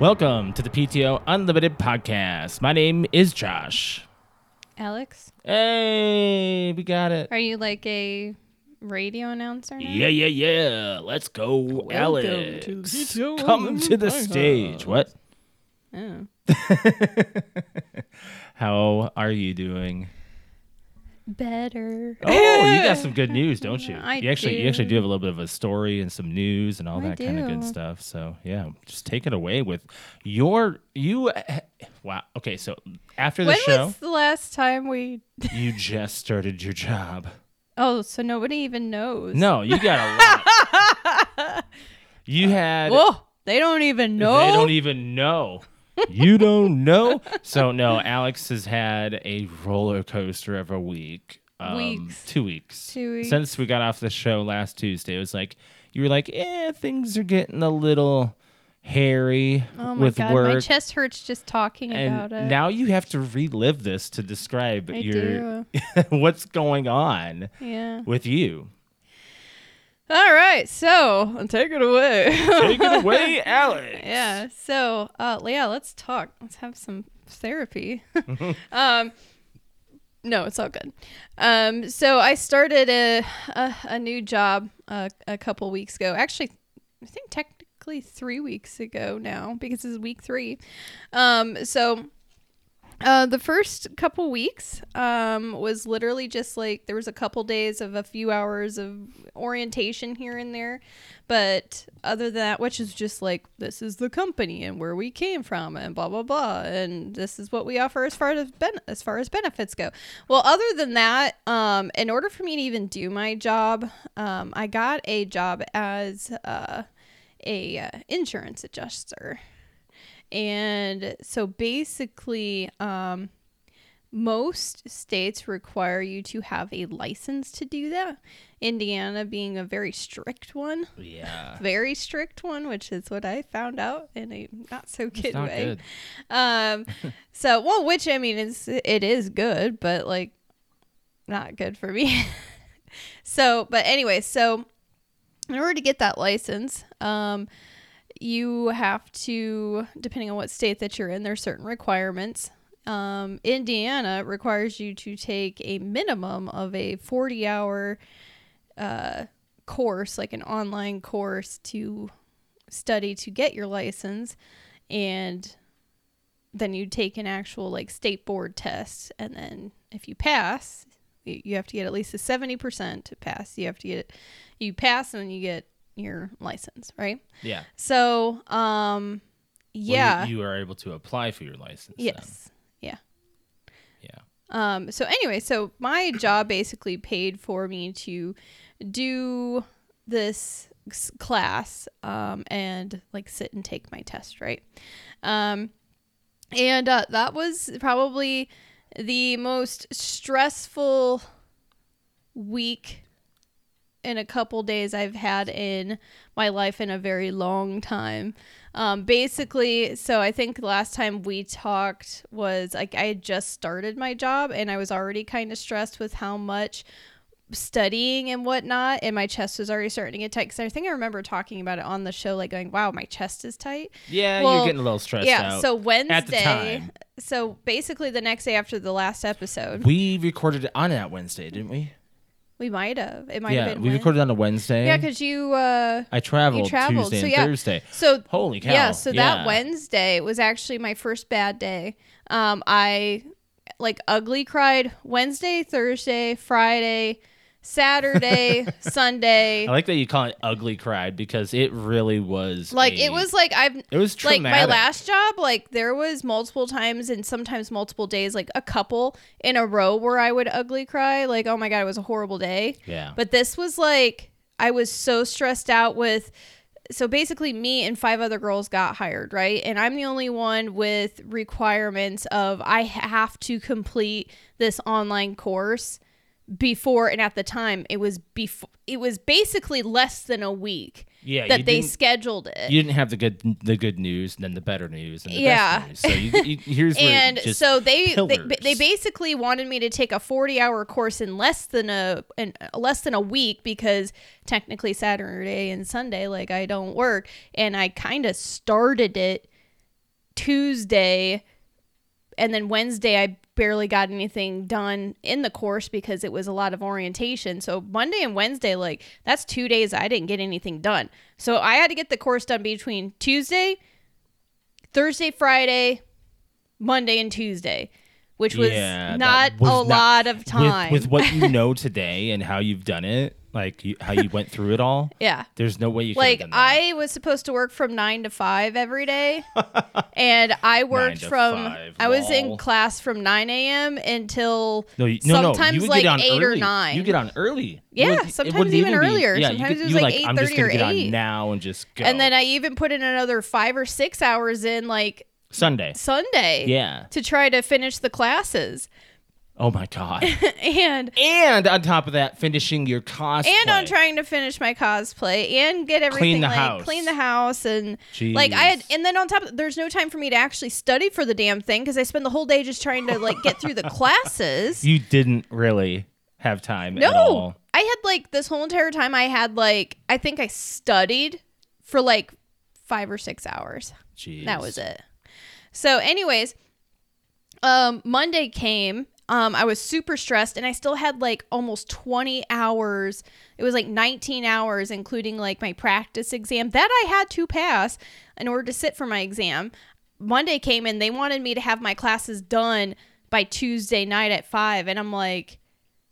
Welcome to the PTO Unlimited podcast. My name is Josh. Alex, Hey, we got it. are you like a radio announcer? now? Yeah, yeah, yeah. Let's go, Alex. to the PTO Come Unlimited to the stage. What? Oh. How are you doing? Better. Oh, you got some good news, don't you? I you actually do. you actually do have a little bit of a story and some news and all I that kind of good do. stuff. So, yeah, just take it away with your you eh, Wow. Okay, so after the When show, was the last time we? you just started your job. Oh, so nobody even knows. No, you got a lot. you had. Whoa, Oh, they don't even know. They don't e- even know. You don't know. So no, Alex has had a roller coaster of a week. Um, Weeks. Two weeks. Two e- weeks. Since we got off the show last Tuesday, it was like you were like, eh, things are getting a little hairy oh my with god, work. my chest hurts just talking and about it. now you have to relive this to describe I your do. what's going on Yeah. with you. All right, so take it away. Take it away, Alex. Yeah. So, uh, yeah, let's talk. Let's have some therapy. um, no, it's all good. Um, so I started a a, a new job uh, a couple weeks ago. Actually, I think technically three weeks ago now because it's week three. Um, so. Uh, the first couple weeks um, was literally just like there was a couple days of a few hours of orientation here and there but other than that which is just like this is the company and where we came from and blah blah blah and this is what we offer as far as ben- as far as benefits go well other than that um, in order for me to even do my job um, i got a job as uh, a uh, insurance adjuster and so basically um, most states require you to have a license to do that indiana being a very strict one Yeah. very strict one which is what i found out in a not so good It's not way good. um so well which i mean it's it is good but like not good for me so but anyway so in order to get that license um you have to depending on what state that you're in there's certain requirements um indiana requires you to take a minimum of a 40 hour uh course like an online course to study to get your license and then you take an actual like state board test and then if you pass you you have to get at least a 70% to pass you have to get you pass and then you get your license right Yeah. so um Well, yeah you, you are able to apply for your license. then. yes yeah Yeah. um, so anyway, so my job basically paid for me to do this s- class um, and like sit and take my test, right? Um, and uh, that was probably the most stressful week in a couple days I've had in my life in a very long time. Um, basically, so I think the last time we talked was like I had just started my job and I was already kind of stressed with how much studying and whatnot and my chest was already starting to get tight because I think I remember talking about it on the show like going wow my chest is tight Yeah, Well, you're getting a little stressed yeah out. so Wednesday time. so basically the next day after the last episode we recorded it on that Wednesday, didn't we? we might have it might yeah, have been we Wed- recorded on a Wednesday. yeah because you uh I traveled, you traveled Tuesday so and yeah Thursday. so Holy cow. Yeah, so that yeah. Wednesday was actually my first bad day. Um, I like ugly cried Wednesday, Thursday, Friday, Saturday, Sunday. I like that you call it ugly cried because it really was. Like a- it was like I've It was like traumatic. my last job like there was multiple times and sometimes multiple days like a couple in a row where i would ugly cry like oh my god it was a horrible day Yeah. but this was like i was so stressed out with so basically me and five other girls got hired right and i'm the only one with requirements of i have to complete this online course before and at the time it was before it was basically less than a week yeah. you that they didn't- scheduled it you didn't have the good the good news, and then the better news, and the Yeah. best news. So you, you, here's where it and just so they, they pillars. they basically wanted me to take a 40 hour course in less than a in less than a week because technically Saturday and Sunday like I don't work and I kind of started it Tuesday and then Wednesday I barely got anything done in the course because it was a lot of orientation. So Monday and Wednesday like that's 2 days I didn't get anything done. So I had to get the course done between Tuesday, Thursday, Friday, Monday and Tuesday, which was Yeah, that not was a not- lot of with- time. with, what you know today and how you've done it, like you, how you went through it all. yeah. There's no way you could Like done that. I was supposed to work from 9 to 5 every day and I worked to from five, I was in lol. class from 9 a.m. until No, you, no, sometimes no. You would like get on 8 early. or 9. You get on early. Yeah, It would- it sometimes wouldn't even be- earlier. Yeah, Sometimes you could, it was you like I'm just 8:30 gonna or get 8. on now and just go. And then I even put in another 5 or 6 hours in like Sunday. Sunday Yeah. to try to finish the classes. Oh my god. And and on top of that, finishing your cosplay. and on trying to finish my cosplay and get everything the like house. clean the house and like I had and then on top of there's no time for me to actually study for the damn thing because I spend the whole day just trying to like get through the classes. You didn't really have time at no, all. I had like this whole entire time I had like I think I studied for like five or six hours. Jeez. That was it. So, anyways, um, Monday came. Um, I was super stressed, and I still had like almost 20 hours. It was like 19 hours, including like my practice exam that I had to pass in order to sit for my exam. Monday came, and they wanted me to have my classes done by Tuesday night at five, and I'm like,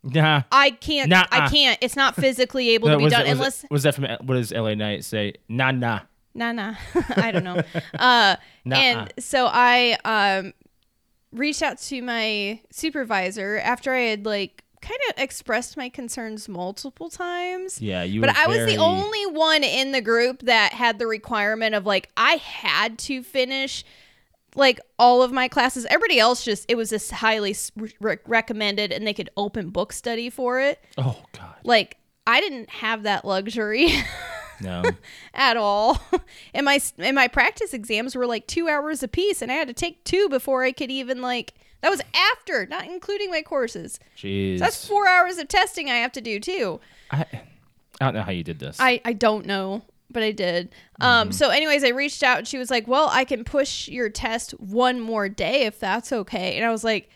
Nah. I can't, I Nuh-uh. can't. It's not physically able to That be was, done that, was, unless, was that from what does LA Knight say? Nah, nah. nah, nah. I don't know. Uh, Nuh-uh. And so I um, reached out to my supervisor after I had like kind of expressed my concerns multiple times. Yeah, you. But were I was very- the only one in the group that had the requirement of like I had to finish like all of my classes. Everybody else just it was just highly s- re- recommended and they could open book study for it. Oh God, Like I didn't have that luxury. no. at all. and my and my practice exams were like 2 hours apiece and I had to take two before I could even like that was after, not including my courses. Jeez. That's 4 hours of testing I have to do too. I, I don't know how you did this. I, I don't know, but I did. Mm-hmm. Um, so, anyways, I reached out and she was like, Well, I can push your test one more day if that's okay. And I was like,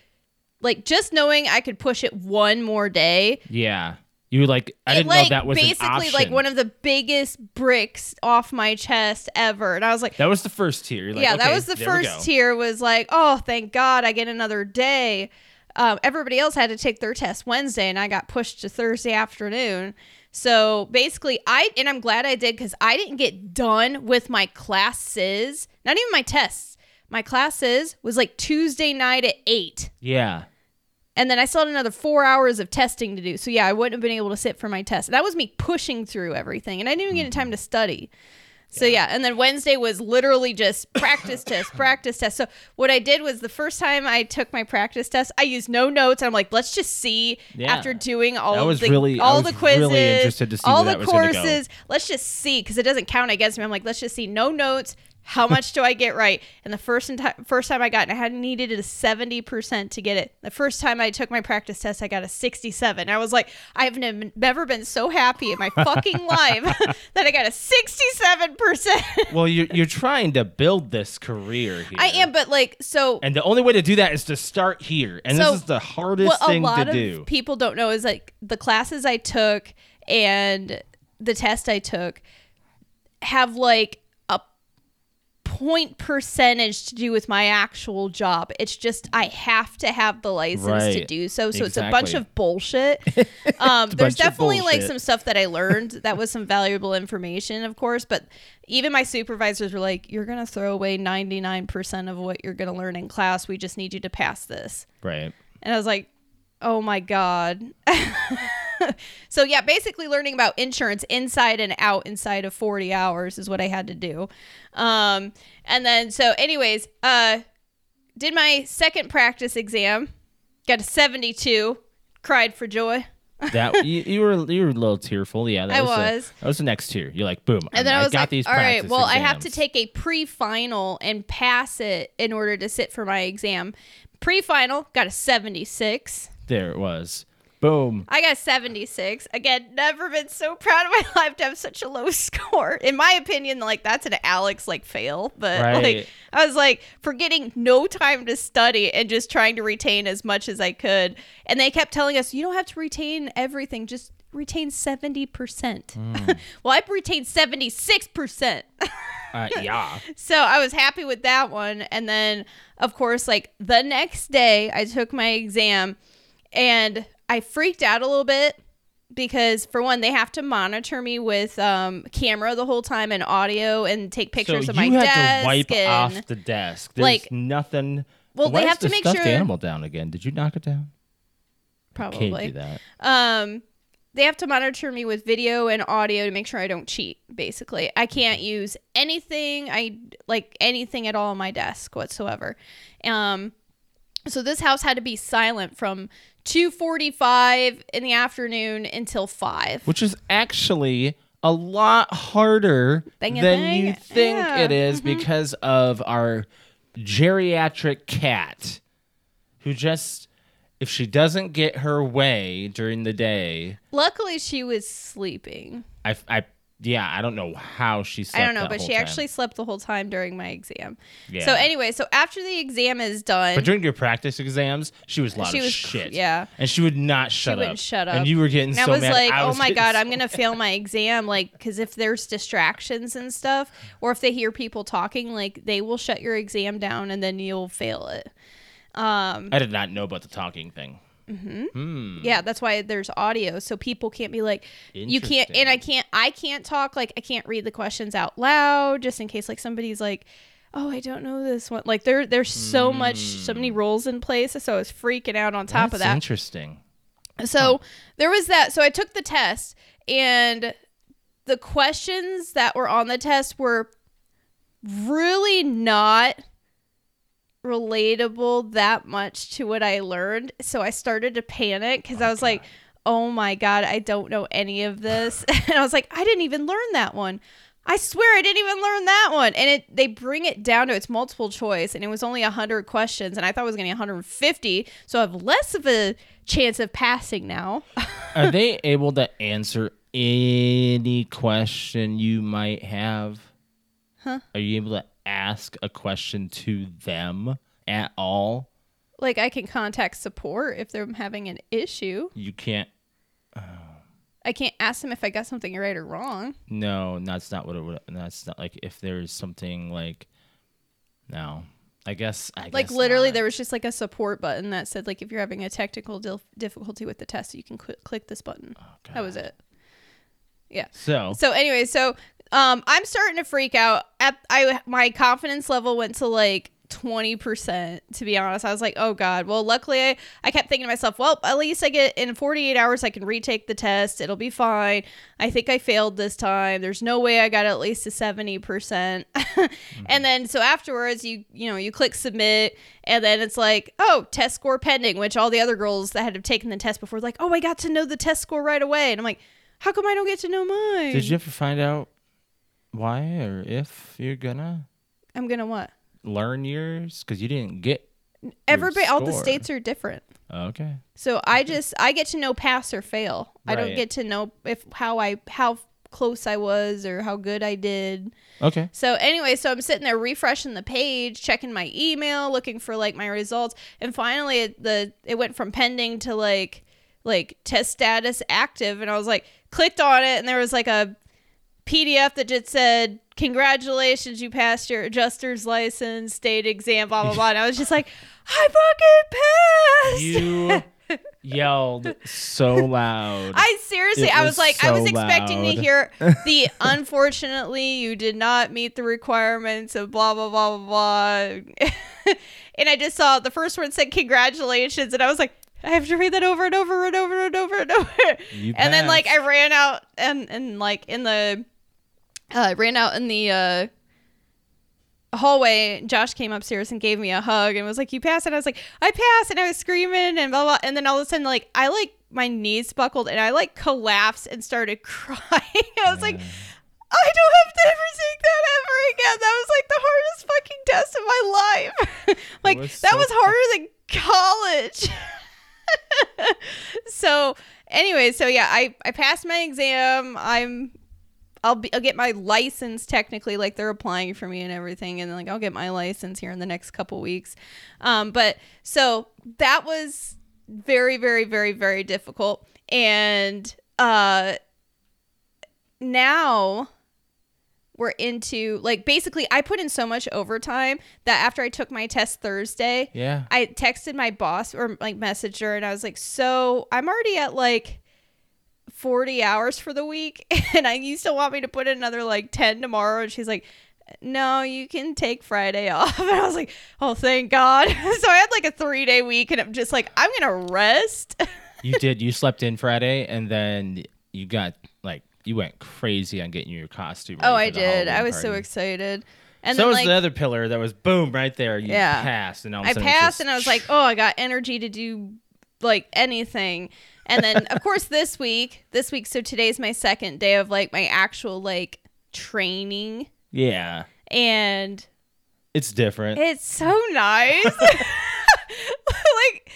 like just knowing I could push it one more day, yeah, you were like I it, didn't like know that was basically an option. like one of the biggest bricks off my chest ever. And I was like, that was the first tier. You're like, yeah, that okay, was the there we go. first tier. Was like, oh, thank God, I get another day. Um, everybody else had to take their test Wednesday, and I got pushed to Thursday afternoon. So basically, I and I'm glad I did because I didn't get done with my classes, not even my tests. My classes was like Tuesday night at eight, Yeah, and then I still had another four hours of testing to do. So yeah, I wouldn't have been able to sit for my test. That was me pushing through everything, and I didn't even get time to study. So yeah, and then Wednesday was literally just practice test, practice test. So what I did was the first time I took my practice test, I used no notes. I'm like, let's just see Yeah. after doing all That of was the really- I all was the quizzes, really interested to see all where the that was gonna go. courses. Let's just see because it doesn't count against me. I'm like, let's just see no notes. How much do I get right? And the first enti- first time I got, it, I had needed a seventy percent to get it. The first time I took my practice test, I got a sixty-seven. I was like, I've ne- never been so happy in my fucking life that I got a sixty-seven percent. well, you're you're trying to build this career here. I am, but like, so and the only way to do that is to start here, and So, this is the hardest what a thing lot to of do. people don't know is like the classes I took and the test I took have like a point percentage to do with my actual job. It's just I have to have the license to Right. do so. So it's a bunch Exactly. of bullshit. Um, there's bunch of definitely like bullshit. some stuff that I learned that was some valuable information, of course. But even my supervisors were like, "You're gonna throw away 99% of what you're gonna learn in class. We just need you to pass this." Right. And I was like, oh my God. so, yeah, basically learning about insurance inside and out inside of 40 hours is what I had to do. Um, and then, so, anyways, uh, did my second practice exam, got a 72, cried for joy. That you, you were you were a little tearful. Yeah, that I was. the- was. that was the next tier. You're like, boom. And then I, was got like, these. all right, practice well, I have to exams." take a pre final and pass it in order to sit for my exam. Pre final, got a 76. There it was. Boom. I got 76. Again, never been so proud of my life to have such a low score. In my opinion, like that's an Alex like fail, but like Right. I was like for getting no time to study and just trying to retain as much as I could. And they kept telling us, you don't have to retain everything, just retain 70%. well, I retained 76%. Uh, yeah. So I was happy with that one. And then, of course, like the next day, I took my exam and I freaked out a little bit because, for one, they have to monitor me with um, camera the whole time and audio and take pictures so of my you had desk. to wipe and, off the desk. There's like- nothing. Well, Why they is have to the make stuffed sure- animal down again. Did you knock it down? probably. Can't do that. um they have to monitor me with video and audio to make sure I don't cheat basically. I can't use anything I like anything at all on my desk whatsoever. Um so this house had to be silent from 2:45 in the afternoon until 5. Which is actually a lot harder Than you than think. you think Yeah. Mm-hmm. it is because of our geriatric cat who just if she doesn't get her way during the day, Luckily she was sleeping. I, I yeah, I don't know how she slept. I don't know, that but whole she time. actually slept the whole time during my exam. Yeah. So anyway, so after the exam is done, But during your practice exams, she was a lot She of was- shit. yeah. and she would not shut wouldn't up. shut up. And you were getting And so I was mad. like, I oh was my getting God, so- I'm going to fail my exam. Like, because if there's distractions and stuff, or if they hear people talking, like, they will shut your exam down and then you'll fail it. Um, I did not know about the talking thing. Hmm. yeah, that's why there's audio. So people can't be like, you can't, and I can't, I can't talk. Like, I can't read the questions out loud just in case, like, somebody's like, oh, I don't know this one. Like, there, there's so much, so many rules in place. So I was freaking out on top Hmm. That's of that. interesting. So there was that. So I took the test, and the questions that were on the test were really not relatable that much to what I learned. So I started to panic because I was like, oh my God, I don't know any of this. and I was like, I didn't even learn that one. I swear I didn't even learn that one. And it they bring it down to its multiple choice and it was only 100 questions and I thought it was going to be 150, so I have less of a chance of passing now. Are they able to answer any question you might have? Huh? Are you able to ask a question to them at all? like I can contact support if they're having an issue. You can't. I can't ask them if I got something right or wrong. No, that's not what it would. That's not like if there's something like. No, I guess. I Like guess literally, not. there was just like a support button that said like if you're having a technical dil- difficulty with the test, you can cl- click this button. Oh, that was it. Yeah. So, So anyway, so um, I'm starting to freak out. At I my confidence level went to like. 20% to be honest. I was like, "Oh god." Well, luckily I, I kept thinking to myself, "Well, at least I get in 48 hours I can retake the test. It'll be fine. I think I failed this time. There's no way I got at least a 70%." percent And then so afterwards you you know, you click submit and then it's like, "Oh, test score pending," which all the other girls that had taken the test before were like, "Oh, I got to know the test score right away." And I'm like, how come I don't get to know mine? did you ever find out why or if you're gonna I'm gonna what? learn yours? Because you didn't get. Everybody, all the score. states are different. Okay. So I just I get to know pass or fail. I don't Right. get to know if how I how close I was or how good I did. Okay. So anyway, so I'm sitting there refreshing the page, checking my email, looking for like my results, and finally it, the it went from pending to like like test status active, and I was like clicked on it, and there was like a PDF that just said, "Congratulations, you passed your adjuster's license, state exam, blah blah blah." And I was just like, "I fucking passed!" You yelled so loud. I seriously, It I was was like, I so was expecting to loud. hear the unfortunately you did not meet the requirements of blah blah blah blah blah, and I just saw the first one said congratulations, and I was like, I have to read that over and over and over and over and over, You and then like passed. I ran out and and like in the, uh, I ran out in the. uh hallway josh came upstairs and gave me a hug and was like you passed and i was like i passed and i was screaming and blah blah and then all of a sudden like i like my knees buckled and i like collapsed and started crying i was like i don't have to ever take that ever again that was like the hardest fucking test of my life like was that so was harder than college so anyway so yeah i i passed my exam i'm I'll be, I'll get my license technically like they're applying for me and everything and like I'll get my license here in the next couple weeks. Um but so that was very very very very difficult and uh now we're into like basically I put in so much overtime that after I took my test Thursday, Yeah. I texted my boss or like messaged her and I was like, so I'm already at like 40 hours for the week and I you still want me to put in another like 10 tomorrow and she's like no you can take Friday off and I was like oh thank god so I had like a 3 day week and I'm just like I'm going to rest you did. You slept in Friday, and then you got like you went crazy on getting your costume. oh ready I for the did I Halloween was so party. excited and so then was like the other pillar that was boom right there. You Yeah. passed, and all of a I sudden it's passed just- and I was like, oh, I got energy to do like anything. And then of course this week, this week, so today's my second day of like my actual like training yeah, and it's different. it's so nice. like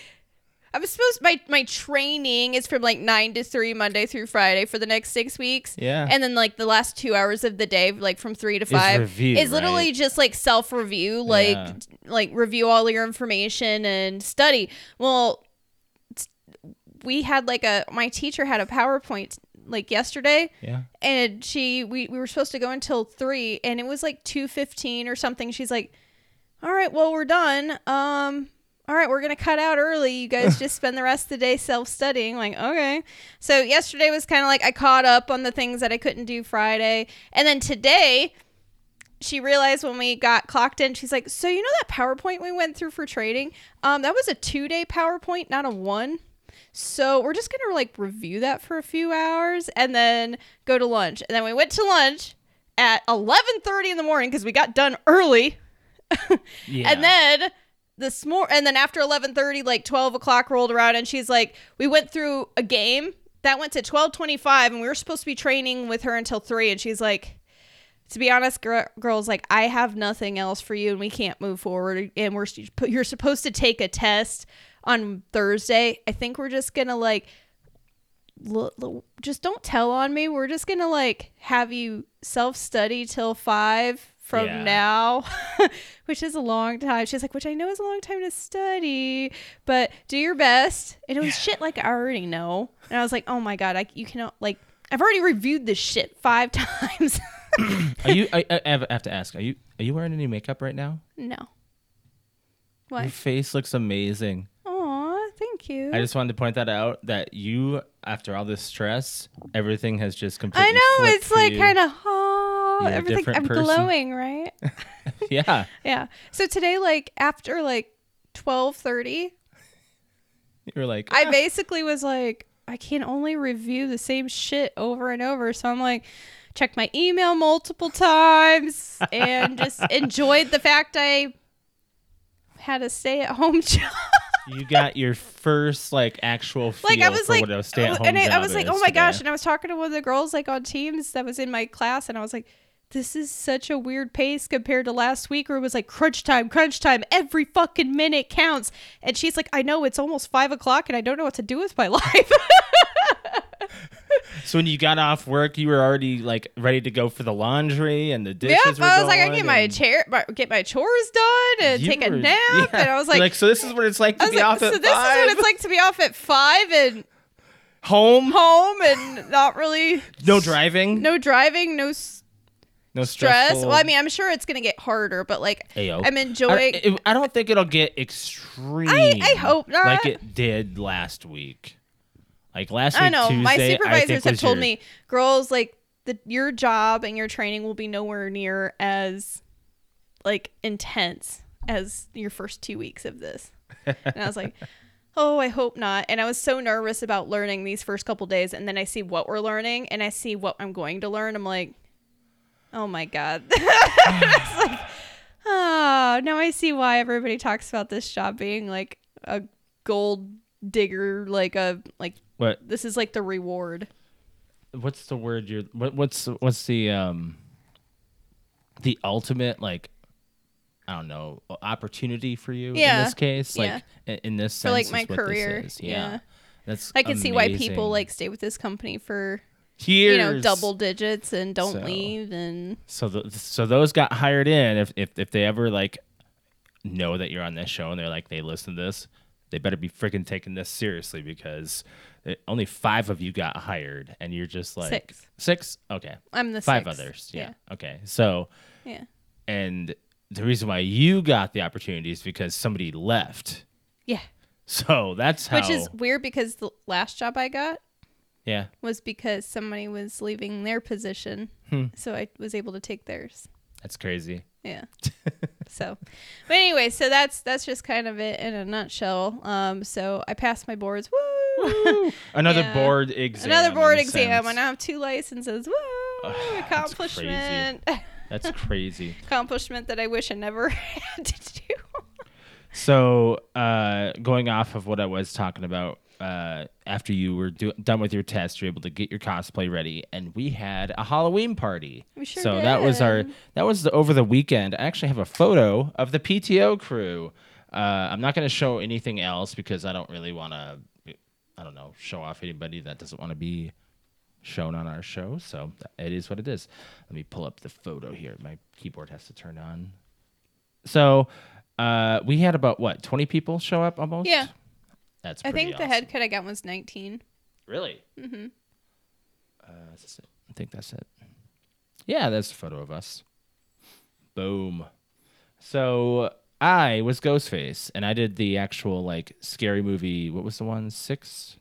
I'm supposed my my training is from like nine to three Monday through Friday for the next six weeks. Yeah. And then like the last two hours of the day, like from three to Is five, review, is literally right? just like self review, like Yeah. like review all your information and study. Well, it's- we had like a my teacher had a PowerPoint like yesterday yeah, and she we, we were supposed to go until three and it was like 2.15 or something she's like all right well we're done um all right we're gonna cut out early you guys just spend the rest of the day self-studying like okay so yesterday was kind of like i caught up on the things that i couldn't do friday and then today she realized when we got clocked in she's like so you know that powerpoint we went through for trading um that was a two day powerpoint not a one so we're just gonna like review that for a few hours and then go to lunch. And then we went to lunch at eleven thirty in the morning because we got done early. yeah. And then this mor and then after eleven thirty, like twelve o'clock rolled around, and she's like, we went through a game that went to twelve twenty five, and we were supposed to be training with her until three, and she's like. To be honest, gir- girls, like I have nothing else for you, and we can't move forward. And we're you're supposed to take a test on Thursday. I think we're just gonna like l- l- just don't tell on me. We're just gonna like have you self study till five from Yeah. now, which is a long time. She's like, which I know is a long time to study, but do your best. And it was shit like I already know, and I was like, oh my god, I you cannot like I've already reviewed this shit five times. are you? I, I have I have to ask. Are you? Are you wearing any makeup right now? no. Your What? face looks amazing. Aw, thank you. I just wanted to point that out that you, after all this stress, everything has just completely. I know flipped it's for like you. kind of oh, You're a everything. different I'm person. glowing, right? Yeah, Yeah. So today, like after like twelve thirty, you're like "Ah, I basically was like, I can only review the same shit over and over. So I'm like, checked my email multiple times and just enjoyed the fact I had a stay at home job. you got your first like actual feel like I was for like, uh, what a stay at home and I, I job was like, is oh my today. gosh! And I was talking to one of the girls like on Teams that was in my class, and I was like, this is such a weird pace compared to last week, where it was like crunch time, crunch time, every fucking minute counts. And she's like, I know it's almost five o'clock, and I don't know what to do with my life. So when you got off work, you were already like ready to go for the laundry and the dishes. yep, I were was like, I going get my and chair, my, get my chores done, and you take a were- nap. yeah. And I was You're like, so this is what it's like I to was be like, off so at this is five. what it's like to be off at five, and Home, home and not really no driving, no driving, no s- no stress. stressful- Well, I mean, I'm sure it's gonna get harder, but like Ayo. I'm enjoying. I, I don't think it'll get extreme. I hope not. Like it did last week. Like last week I know. Tuesday, my I supervisors think have was told your- me, girls, like the your job and your training will be nowhere near as like intense as your first two weeks of this. and I was like, oh, I hope not. And I was so nervous about learning these first couple days, and then I see what we're learning, and I see what I'm going to learn. I'm like, oh my god. it's like, oh, now I see why everybody talks about this job being like a gold digger, like a like what this is like the reward. what's the word you're what, what's what's the um the ultimate like I don't know opportunity for you in Yeah. this case like in, in this sense like, is my what this career. is. yeah. Yeah. that's I can see why people amazing. like stay with this company for years you know double digits and don't So- leave and so th so those got hired in if, if if they ever like know that you're on this show and they're like they listen to this they better be freaking taking this seriously because it, only five of you got hired and you're just like Six. six okay I'm the five sixth. others yeah. okay so yeah yeah and the reason why you got the opportunity is because somebody left yeah. so that's how Which is weird because the last job I got yeah was because somebody was leaving their position, Hmm. so I was able to take theirs. that's crazy Yeah. so, but anyway, so that's that's just kind of it in a nutshell. Um, so I passed my boards. Woo! another Yeah. board exam Another board in a exam. I sense. now have two licenses. Woo! Ugh, that's crazy. Accomplishment. that's crazy accomplishment that I wish I never had to do. So, uh, going off of what I was talking about, uh, after you were do- done with your test, you're able to get your cosplay ready, and we had a Halloween party. We sure so that was our did. that was the, over the weekend. I actually have a photo of the PTO crew. Uh, I'm not going to show anything else because I don't really want to. I don't know, show off anybody that doesn't want to be shown on our show. So it is what it is. Let me pull up the photo here. My keyboard has to turn on. So uh, we had about what twenty people show up almost. Yeah. that's. I Pretty think the awesome. head cut I got was 19. Really. Mm-hmm. Uh, is this it? I think that's it. Yeah, that's a photo of us. Boom. So I was Ghostface, and I did the actual like scary movie. What was the one six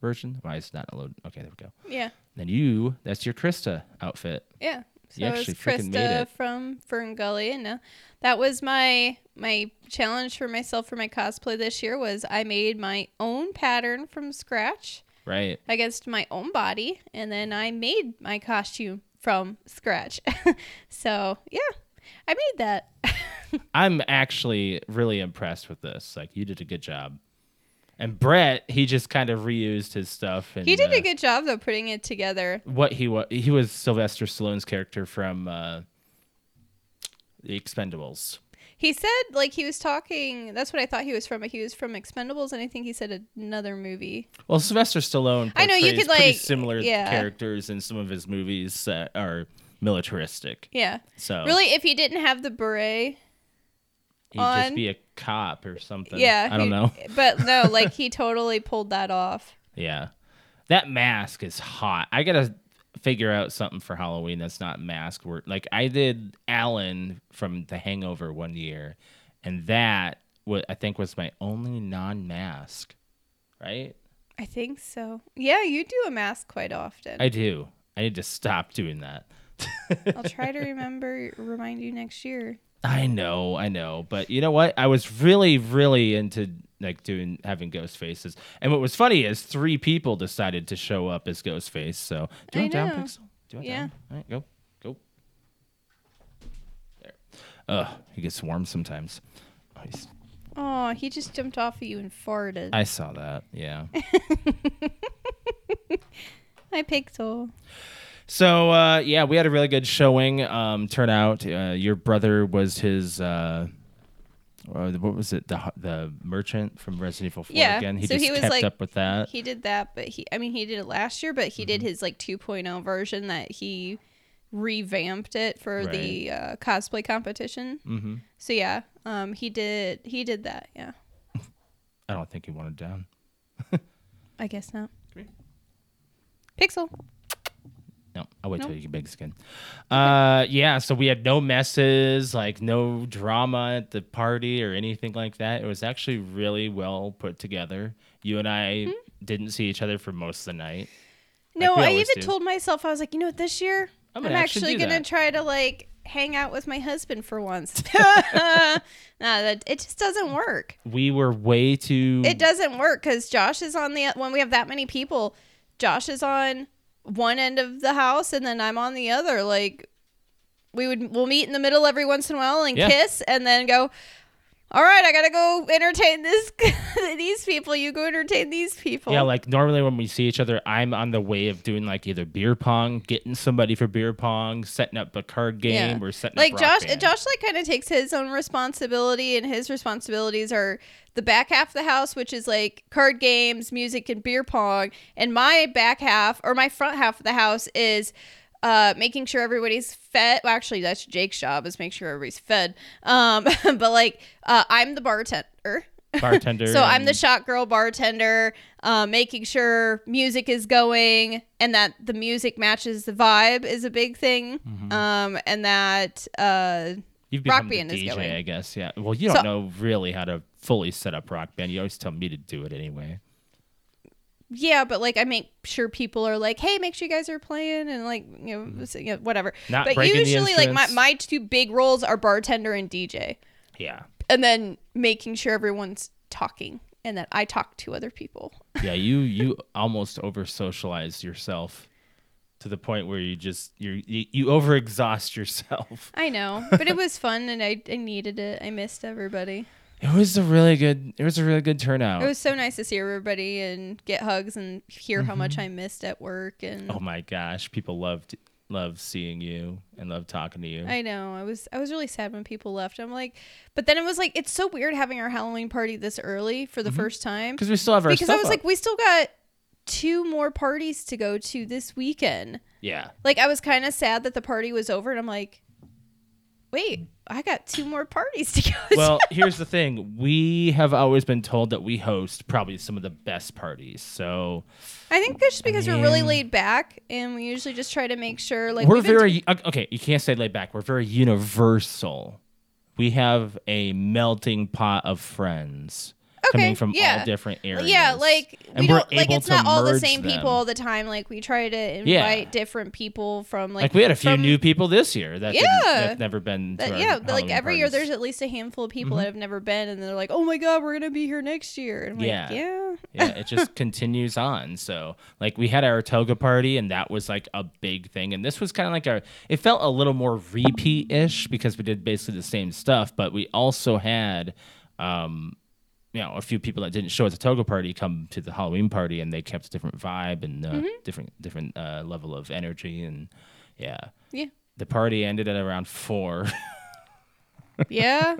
version? Why is it not load? Okay, there we go. Yeah. Then you, that's your Krista outfit. Yeah. So You it was actually freaking made Krista it. from Fern Gully and uh, that was my my challenge for myself for my cosplay this year was I made my own pattern from scratch Right. against my own body and then I made my costume from scratch. so, yeah. I made that. I'm actually really impressed with this. Like you did a good job. And Brett, he just kind of reused his stuff and he did uh, a good job though putting it together. what he was he was Sylvester Stallone's character from uh The Expendables. He said like he was talking. That's what I thought he was from. but He was from Expendables, and I think he said another movie. Well, Sylvester Stallone I know, you portrays could, pretty like, similar yeah. characters in some of his movies that are militaristic. Yeah. So Really, if he didn't have the beret, he'd on- just be a cop or something. yeah, I don't he- know. But no, like he totally pulled that off. Yeah. That mask is hot. I gotta figure out something for Halloween that's not mask work. Like I did Alan from The Hangover one year, and that what I think was my only non-mask. Right? I think so. Yeah, you do a mask quite often. I do. I need to stop doing that. I'll try to remember, remind you next year. I know, I know, but you know what? I was really, really into like doing having ghost faces, and what was funny is three people decided to show up as ghost face. So do you I want down know. pixel? Do you want Yeah. down? All right, go, go. There. Ugh, he gets warm sometimes. Oh, he's- Oh, he just jumped off of you and farted. I saw that. Yeah. Hi, Pixel. So uh, yeah, we had a really good showing. Um, turnout. Uh, your brother was his. Uh, uh, what was it? The the merchant from Resident Evil Four Yeah, again. He so just he was, kept like- up with that. He did that, but he, I mean, he did it last year, but he did Mm-hmm. his like 2.0 version that he revamped it for the uh, cosplay competition. mm-hmm. So yeah, um, he did he did that. Yeah, I don't think he wanted down. I guess not. Pixel. No, I'll wait till No? you get big skin. Uh, yeah, so we had no messes, like no drama at the party or anything like that. It was actually really well put together. You and I Mm-hmm. didn't see each other for most of the night. No, we I always even do. told myself I was like, you know what, this year I'm I'm, gonna actually actually do gonna that." try to like hang out with my husband for once. nah, that it just doesn't work. We were way too. It doesn't work because Josh is on the when we have that many people, Josh is on one end of the house and then I'm on the other. Like we would we'll meet in the middle every once in a while and Yeah. kiss and then go. All right, I gotta go entertain this these people. You go entertain these people. Yeah, like normally when we see each other, I'm on the way of doing like either beer pong, getting somebody for beer pong, setting up a card Yeah. game, or setting like up Josh, rock band. Josh like kind of takes his own responsibility, and his responsibilities are the back half of the house, which is like card games, music, and beer pong, and my back half or my front half of the house is. Uh, making sure everybody's fed. Well, actually, that's Jake's job is make sure everybody's fed. Um, but like, uh, I'm the bartender. bartender. So I'm the and- shot girl bartender, uh, making sure music is going and that the music matches the vibe is a big thing. Mm-hmm. Um, and that uh, You've Rock become the Band is DJ, going. I guess. Yeah. Well, you don't So- know really how to fully set up rock band. You always tell me to do it anyway. yeah, but like I make sure people are like, hey, make sure you guys are playing and like you know, this- you know, whatever. Mm-hmm. Not but breaking the usually, like my instruments. my two big roles are bartender and DJ, Yeah. and then making sure everyone's talking and that I talk to other people. Yeah. You you almost over socialize yourself to the point where you just you're, you you overexhaust yourself. I know, but it was fun and I, I needed it. I missed everybody. It was a really good. It was a really good turnout. It was so nice to see everybody and get hugs and hear how much I missed at work and Mm-hmm. oh my gosh, people loved loved seeing you and loved talking to you. I know. I was I was really sad when people left. I'm like but then it was like it's so weird having our Halloween party this early for the first time. Mm-hmm. Because we still have our Because I stuff was up. like we still got two more parties to go to this weekend. yeah. Like I was kind of sad that the party was over and I'm like wait, I got two more parties to go Well, here's the thing. We have always been told that we host probably some of the best parties. So to. I think that's just because we're really mean- laid back and we usually just try to make sure like we're we've been very o- okay. You can't say laid back. We're very universal. We have a melting pot of friends coming Okay, from all yeah. different areas. Yeah, like And we we're don't like able it's to not all the merge same them. people all the time. Like we try to invite Yeah. different people from like like we had a few from- new people this year that Yeah. didn't- that have never been. To that- our yeah, like every Halloween year parties. Mm-hmm. there's at least a handful of people that have never been, and they're like, "Oh my god, we're gonna be here next year." And I'm Yeah. like, "Yeah, yeah, it just continues on. So, like, we had our toga party, and that was like a big thing. And this was kind of like our, it felt a little more repeat ish because we did basically the same stuff, but we also had, um, you know, a few people that didn't show at the toga party come to the Halloween party, and they kept a different vibe and uh, different different uh, level of energy. And yeah, yeah, the party ended at around four. yeah."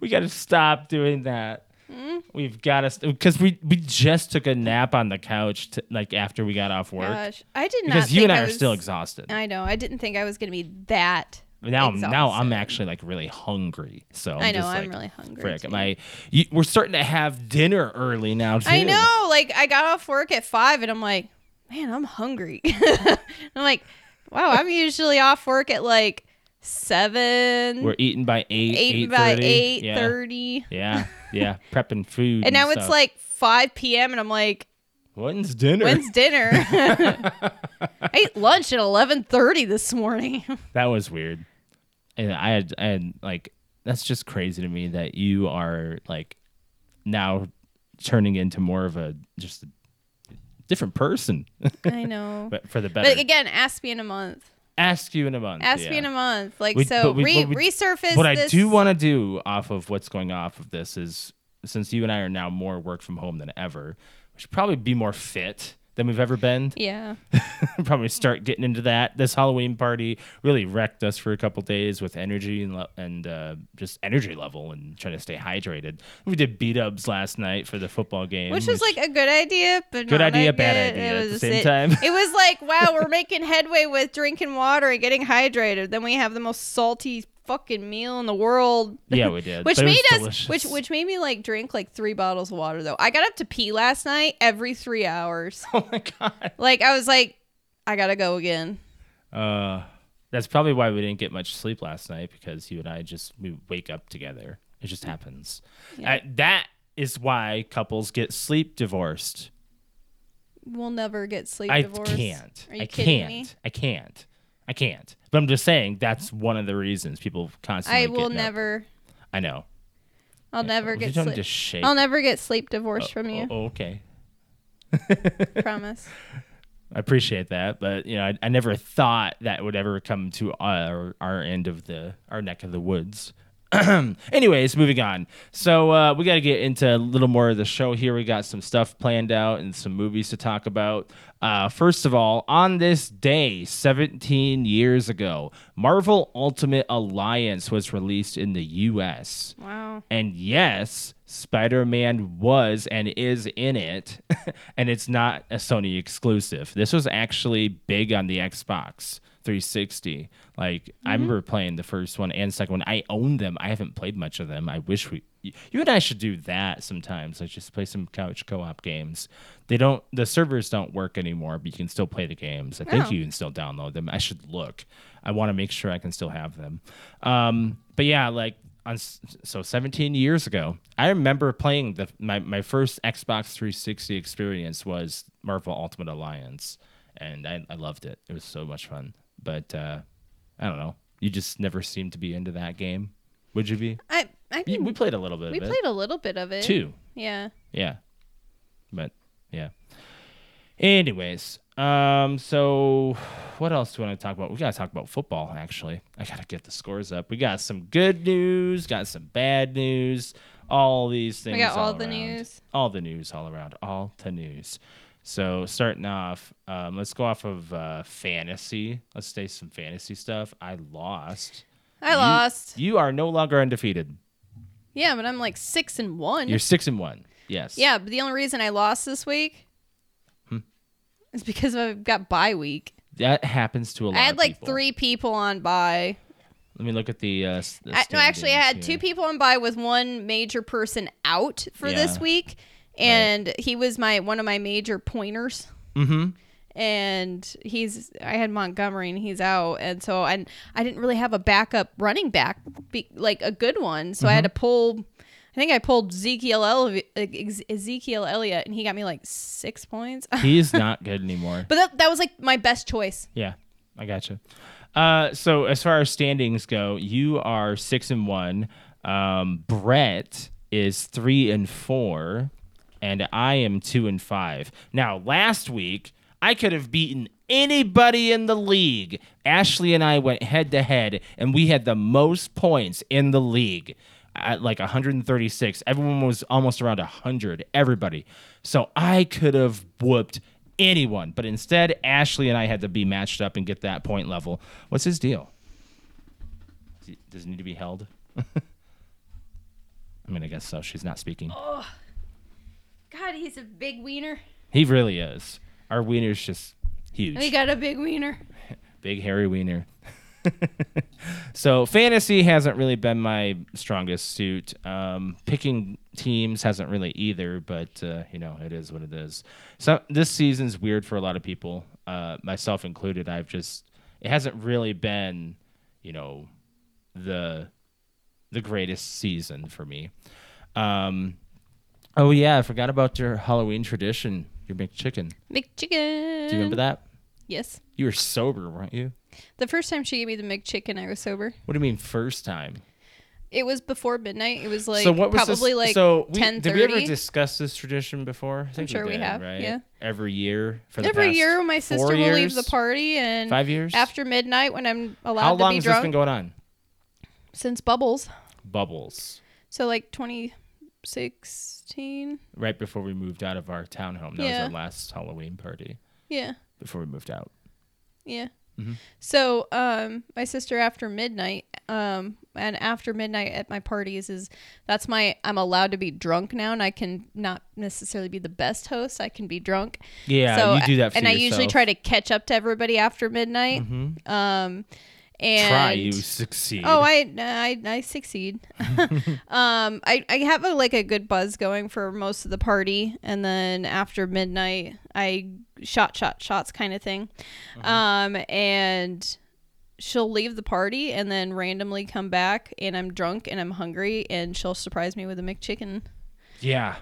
we got to stop doing that. Hmm? We've got to because we we just took a nap on the couch to, like after we got off work Gosh, I did Uh, not. because you think and I, I are was- still exhausted. I know. I didn't think I was gonna be that. now I'm now I'm exhausted. actually like really hungry. So I'm I know, just, I'm like, really hungry, Frick, too. my you, we're starting to have dinner early now. Too. I know. Like I got off work at five, and I'm like, man, I'm hungry. I'm like, wow, I'm usually off work at like seven. We're eating by e-, eight eight by 8:30. eight yeah. thirty, Yeah, yeah, prepping food. and now stuff. it's like five p.m. and I'm like, when's dinner? when's dinner? I ate lunch at eleven thirty this morning. That was weird. And I had, I had like, that's just crazy to me that you are like now turning into more of a just a different person, I know. but for the better. But again, ask me in a month. ask you in a month. Ask yeah. me in a month. Like We- so, but we- re- but we- resurface. What I this- do want to do off of what's going off of this is since you and I are now more work from home than ever, we should probably be more fit than we've ever been. Yeah, probably start getting into that. This Halloween party really wrecked us for a couple days with energy and le- and uh, just energy level and trying to stay hydrated. We did beat ups last night for the football game, which was like a good idea, but Good not idea, a bad good- idea it at was the just- same it- time. It was like, wow, we're making headway with drinking water and getting hydrated. Then we have the most salty fucking meal in the world. Yeah, we did. Which But it was made us, delicious. which which made me like drink like three bottles of water though. I got up to pee last night every three hours. Oh my god. like I was like, I gotta go again. Uh, that's probably why we didn't get much sleep last night because you and I just we wake up together. It just happens. Uh, that is why couples get sleep divorced. We'll never get sleep I divorced. can't. Are you I kidding can't. me? I can't. I can't. But I'm just saying that's one of the reasons people constantly. I will getting up. never. I know. I'll never you get don't need to sleep. shake. I'll never get sleep divorced from you. Oh, okay. Promise. I appreciate that, but you know, I, I never thought that would ever come to our our end of the our neck of the woods. Anyways, moving on. So uh, we got to get into a little more of the show here. We got some stuff planned out and some movies to talk about. Uh, first of all, on this day, 17 years ago, Marvel Ultimate Alliance was released in the U.S. Wow. And yes, Spider Man was and is in it, and it's not a Sony exclusive. This was actually big on the Xbox 360. Like, I remember playing the first one and second one. I own them. I haven't played much of them. I wish we. You and I should do that sometimes. Like just play some couch co-op games. They don't. The servers don't work anymore, but you can still play the games. I think Oh. you you can still download them. I should look. I want to make sure I can still have them. Um, but yeah, like on s- so 17 years ago, I remember playing the my my first Xbox 360 experience was Marvel Ultimate Alliance, and I, I loved it. It was so much fun. But uh, I don't know. You just never seemed to be into that game. Would you be? I I You- mean, We played a little bit. we of it. played a little bit of it. two. Yeah. Yeah. But yeah. Anyways, um, so what else do we want to talk about? We gotta talk about football, actually. I gotta get the scores up. We got some good news, got some bad news, all these things. got all all the around. news. All the news all around. All the news. So starting off, um, let's go off of uh, fantasy. Let's say some fantasy stuff. I lost. I You- lost. You are no longer undefeated. Yeah, but I'm like six and one. You're six and one. Yes. Yeah, but the only reason I lost this week Hmm. is because I've got bye week. That happens to a lot. I had of like people. three people on bye. Let me look at the. Uh, s- the I, no, actually, I standings had here. two people on bye with one major person out for this Yeah. week, and he was my one of my major pointers. Mm-hmm. And he's I had Montgomery and he's out, and so I I didn't really have a backup running back, be, like a good one. So I had to Mm-hmm. pull. I think I pulled Ezekiel Elliott, Ezekiel Elliott, and he got me like six points. but He's not good anymore. that, that was like my best choice. yeah, I gotcha. Uh, so as far as standings go, you are six and one. Um, Brett is three and four, and I am two and five. Now, last week I could have beaten anybody in the league. Ashley and I went head to head, and we had the most points in the league. at like 136. Everyone was almost around 100. Everybody. So I could have whooped anyone, but instead Ashley and I had to be matched up and get that point level. What's his deal? Does he- Does it need to be held? I mean, I guess so. She's not speaking. God, he's a big wiener. He really is. Our wiener's just huge. He got a big wiener. Big hairy wiener. so fantasy hasn't really been my strongest suit. Um, picking teams hasn't really either, but uh, you know it is what it is. So this season's weird for a lot of people, uh, myself included. I've just it hasn't really been, you know, the the greatest season for me. Um, oh yeah, I forgot about your Halloween tradition, your McChicken. McChicken. Do you remember that? Yes. You were sober, weren't you? The first time she gave me the McChicken, I was sober. What do you mean first time? It was before midnight. It was like so what was probably this, like so we, ten Did we ever thirty. discuss this tradition before? I think sure we have, Right? yeah. Every year for the Every past year, my four sister will leave years? the party, and Five years? after midnight, when I'm allowed How to long be has drunk, this been going on? since bubbles, Bubbles. so like twenty sixteen. Right before we moved out of our townhome. That Yeah. was our last Halloween party Yeah, before we moved out. yeah. Mm-hmm. So, um, my sister after midnight, um, and after midnight at my parties is that's my I'm allowed to be drunk now, and I can not necessarily be the best host. I can be drunk. Yeah, so you do that for and i usually try to catch up to everybody after midnight um And Mm-hmm. Try you succeed. Oh, I I, I succeed. um, I, I have a, like a good buzz going for most of the party, and then after midnight, I shot shot shots kind of thing, Mm-hmm. um, and she'll leave the party and then randomly come back, and I'm drunk and I'm hungry, and she'll surprise me with a McChicken, yeah.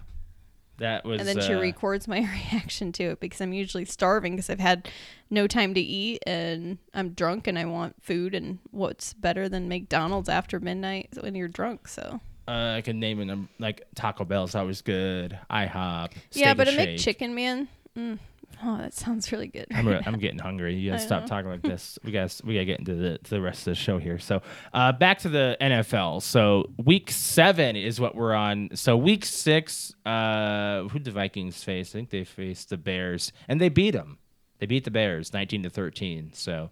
That was. and then she uh, records my reaction to it because I'm usually starving because I've had no time to eat and I'm drunk and I want food and what's better than McDonald's after midnight when you're drunk so uh, I can name them like Taco Bell's always good. IHOP. yeah Steak but a and Shake. McChicken man mm, oh that sounds really good I'm, re- I'm getting hungry. You gotta stop talking like this. We gotta we gotta get into the to the rest of the show here. So uh, back to the NFL. So week seven is what we're on. So week six, uh, who the Vikings face? I think they faced the Bears and they beat them. They beat the Bears 19 to 13. So.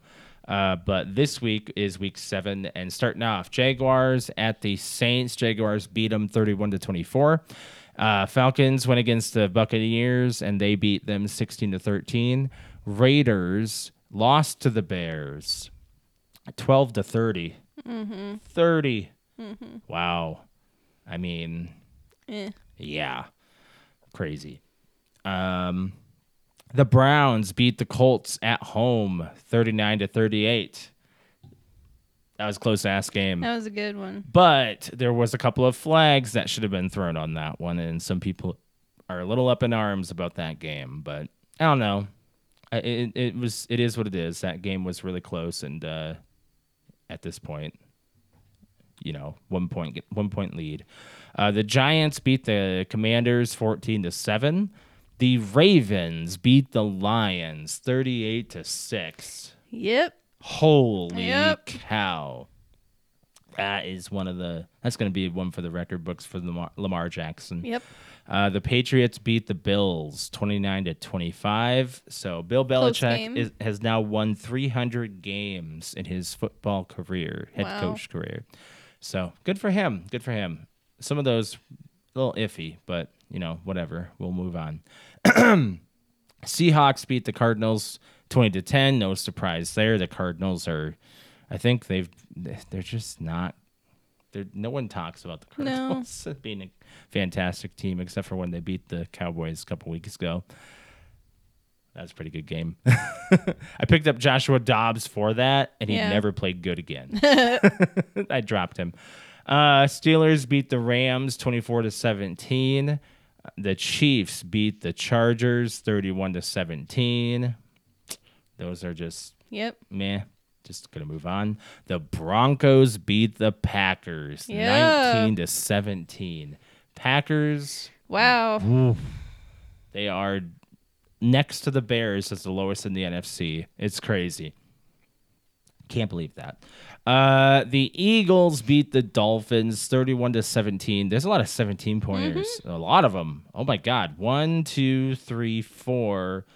Uh, but this week is week seven, and starting off, Jaguars at the Saints. Jaguars beat them 31 to 24. Uh, Falcons went against the Buccaneers and they beat them 16 to 13. Raiders lost to the Bears 12 to 30. 30. Wow. I mean, Eh. yeah. Crazy. Um, the Browns beat the Colts at home 39 to 38. That was a close ass game. that was a good one But there was a couple of flags that should have been thrown on that one, and some people are a little up in arms about that game. But I don't know. I- It, it was it is what it is. That game was really close, and uh, at this point, you know, one point one point lead. Uh, the Giants beat the Commanders fourteen to seven. The Ravens beat the Lions thirty eight to six. yep Holy Yep. cow. That is one of the that's going to be one for the record books for Lamar, Lamar Jackson. yep Uh, the Patriots beat the Bills 29 to 25. So Bill Close game. Belichick is, has now won 300 games in his football career, head Wow. coach career. So good for him. Good for him. Some of those a little iffy, but you know, whatever. We'll move on. Seahawks beat the Cardinals 20 to 10. No surprise there. The Cardinals are I think they've they're just not they're, no one talks about the No. Cardinals being a fantastic team except for when they beat the Cowboys a couple weeks ago. That was a pretty good game. I picked up Joshua Dobbs for that, and he Yeah. never played good again. I dropped him. Uh, Steelers beat the Rams 24 to 17. The Chiefs beat the Chargers 31 to 17. Those are just yep meh. Just gonna move on. The Broncos beat the Packers Yeah. nineteen to seventeen. Packers, wow Mm. they are next to the Bears as the lowest in the NFC. It's crazy. Can't believe that. Uh, the Eagles beat the Dolphins 31 to 17. There's a lot of 17 pointers. A lot of them. Oh my God. One, two, three, four.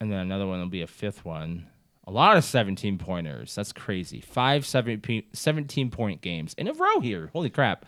And then another one will be a fifth one. A lot of 17 pointers. That's crazy. Five 17 17 point games in a row here. Holy crap.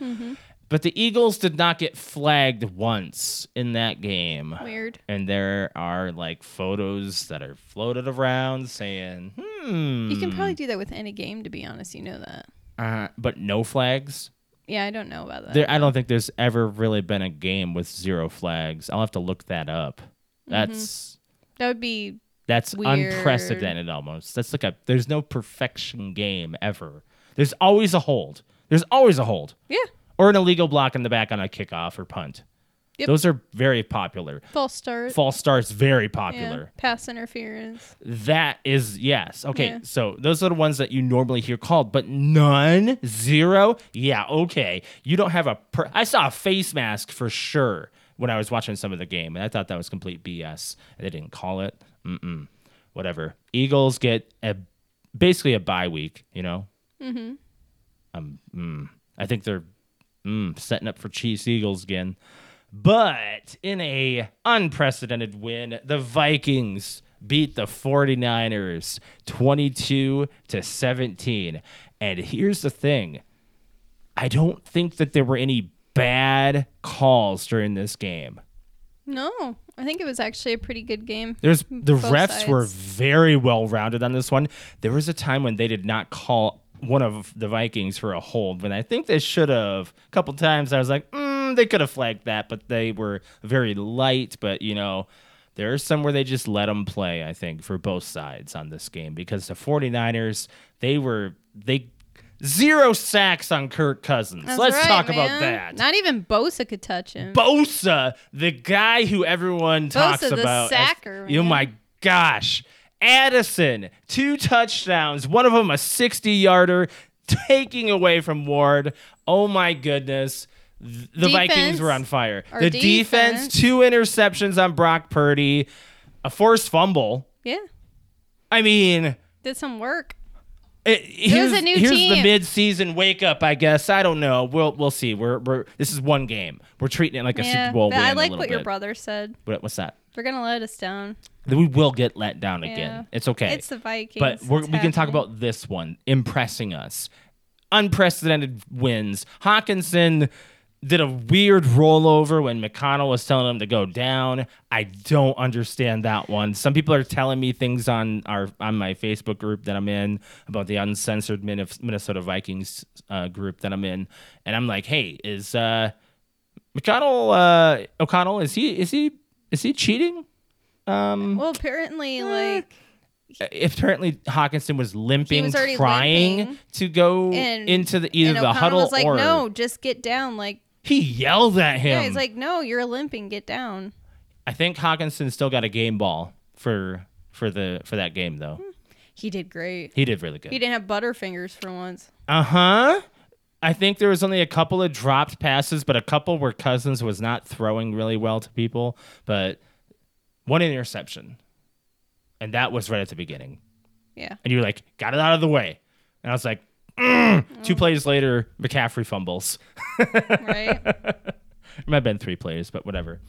But the Eagles did not get flagged once in that game. weird And there are like photos that are floated around saying, hmm. you can probably do that with any game to be honest you know that Uh, but no flags. yeah I don't know about that There, I don't think there's ever really been a game with zero flags. I'll have to look that up. That's that would be that's Mm-hmm. Weird. unprecedented almost. That's like a there's no perfection game ever. There's always a hold. There's always a hold yeah or an illegal block in the back on a kickoff or punt. Yep. Those are very popular. false start False starts very yeah, popular. pass interference That is yes. Okay, Yeah. so those are the ones that you normally hear called, but none, zero. Yeah, okay. You don't have a. Per- I saw a face mask for sure when I was watching some of the game, and I thought that was complete BS. They didn't call it. Mm-mm. Whatever. Eagles get a basically a bye week. You know. Mm-hmm. Um. Mm, I think they're mm, setting up for Chiefs Eagles again. But in a unprecedented win, the Vikings beat the 49ers 22 to 17. And here's the thing. I don't think that there were any bad calls during this game. no I think it was actually a pretty good game. There's the Hmm, Both refs were sides. very well rounded on this one. There was a time when they did not call one of the Vikings for a hold, when I think they should have. A couple times I was like, mm, they could have flagged that, but they were very light. But you know, there are some where they just let them play. I think for both sides on this game because the 49ers they were they zero sacks on Kirk Cousins. That's Let's right, talk about man. that. Not even Bosa could touch him. Bosa, the guy who everyone talks the about. as- sacker, Oh man. my gosh. Addison, two touchdowns, one of them a 60 yarder, taking away from Ward. Oh my goodness. Th- The Vikings Defense were on fire. or The defense, defense. two interceptions on Brock Purdy, a forced fumble. yeah, I mean, did some work. it, here's, a new here's the team. mid-season wake up, I guess. I don't know. We'll we'll see. We're, we're this is one game. We're treating it like a Yeah, Super Bowl but win. I a like little what your bit. brother said. What- What's that? They're gonna let us down. Then we will get let down Yeah. again. It's okay. It's the Vikings. but we're, It's we can talk happening. about this one impressing us. Unprecedented wins. Hawkinson did a weird rollover when McConnell was telling him to go down. I don't understand that one. Some people are telling me things on our on my Facebook group that I'm in about the uncensored Min- Minnesota Vikings uh, group that I'm in, and I'm like, hey, is uh, McConnell uh, O'Connell is he is he is he cheating? Well, apparently, like apparently Hawkinson was limping, was already trying limping. to go And- into the and either the O'Connell huddle was like, or "No, just get down." Like, he yelled at him. yeah, he's like, "No, you're limping. Get down." I think Hawkinson still got a game ball for for the for that game though. He did great. He did really good. Hmm. He didn't have butterfingers for once. Uh huh. I think there was only a couple of dropped passes, but a couple where Cousins was not throwing really well to people, but one interception. And that was right at the beginning. Yeah. and you're like, got it out of the way. And I was like, mm. two Oh. plays later, McCaffrey fumbles. Right. It might have been three plays, but whatever.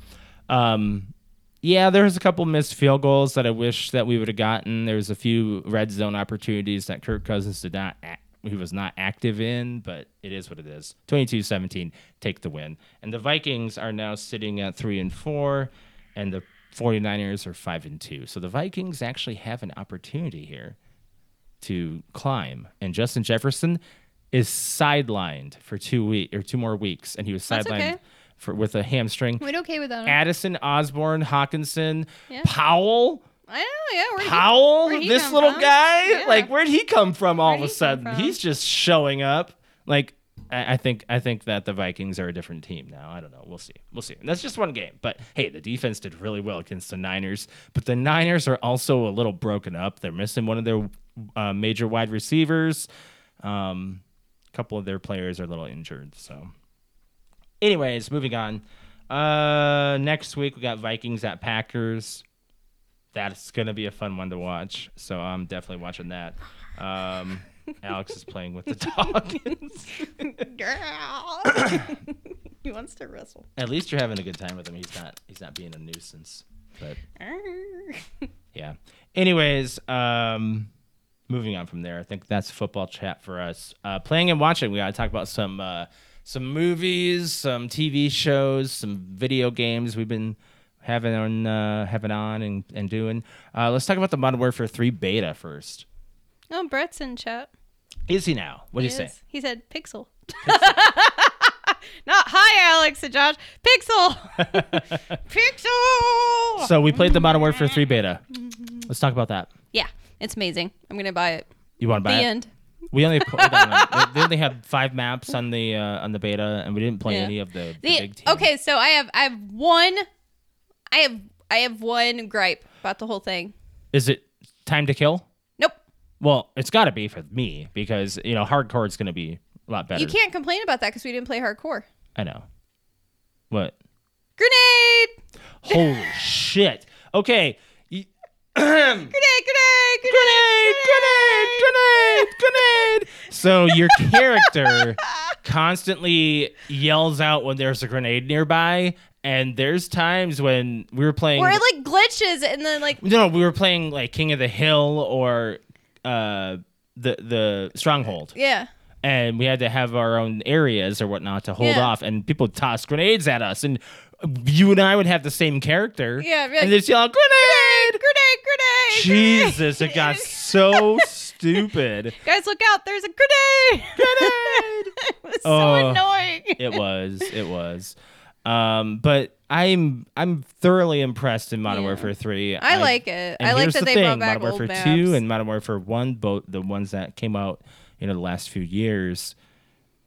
Um, yeah, there was a couple missed field goals that I wish that we would have gotten. There was a few red zone opportunities that Kirk Cousins did not act, he was not active in, but it is what it is. 22-17, take the win. And the Vikings are now sitting at 3 and 4 and the 49ers are 5 and 2. So the Vikings actually have an opportunity here to climb. And Justin Jefferson is sidelined for two week or two more weeks, and he was That's sidelined okay. for with a hamstring. We'd okay with that. Addison Osborne, Hawkinson, Yeah. Powell, I know. Yeah. Where'd he- Powell, where'd he this come little from? guy. Yeah. Like, where'd he come from? All Where'd he of a come sudden, from? he's just showing up. Like, I, I think I think that the Vikings are a different team now. I don't know. We'll see. We'll see. And that's just one game. But hey, the defense did really well against the Niners. But the Niners are also a little broken up. They're missing one of their uh, major wide receivers. Um, a couple of their players are a little injured. So, anyways, moving on. Uh, next week we got Vikings at Packers. That's gonna be a fun one to watch. So I'm definitely watching that. Um, Alex is playing with the Dawkins. Girl. he wants to wrestle. At least you're having a good time with him. He's not. He's not being a nuisance. But yeah. Anyways, um, moving on from there. I think that's football chat for us. Uh, playing and watching. We gotta talk about some uh, some movies, some TV shows, some video games. We've been having on uh, having on and and doing. Uh, let's talk about the Modern Warfare Three beta first. Oh, Brett's in chat. Is he now? What do you He say? is. He said pixel. Not hi, Alex and Josh. Pixel. pixel. So we played the Modern Warfare 3 beta. Let's talk about that. yeah, it's amazing. I'm gonna buy it. You want to the buy it? end. We only played on, they only had five maps on the uh, on the beta, and we didn't play Yeah. any of the, the The- big team. okay, so I have I have one, I have I have one gripe about the whole thing. Is it time to kill? Nope. Well, it's got to be for me because you know hardcore is going to be a lot better. You can't complain about that because we didn't play hardcore. I know. What? Grenade! Holy shit! Okay. y- Grenade! Grenade! Grenade! grenade, grenade, grenade, grenade. So your character constantly yells out when there's a grenade nearby, and there's times when we were playing. Or it like glitches and then like no, we were playing like King of the Hill or uh, the the Stronghold, yeah. and we had to have our own areas or whatnot to hold Yeah. off, and people toss grenades at us, and you and I would have the same character. Yeah, I'd be and like, just yell grenade. Grenade, grenade! Jesus, grenade. it got so stupid. Guys, look out! There's a grenade! Grenade! it was so Oh. annoying. It was. It was. Um, but I'm I'm thoroughly impressed in Modern Yeah. Warfare Three. I like it. and I like here's that the they thing, brought back Modern old Warfare maps. Two and Modern Warfare One, both the ones that came out you know the last few years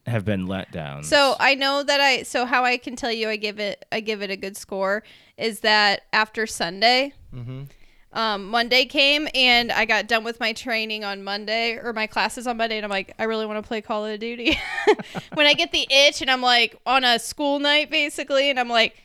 have been letdowns. So I know that I so how I can tell you I give it I give it a good score is that after Sunday, Mm-hmm. um, Monday came and I got done with my training on Monday or my classes on Monday and I'm like I really want to play Call of Duty. when I get the itch and I'm like on a school night basically and I'm like,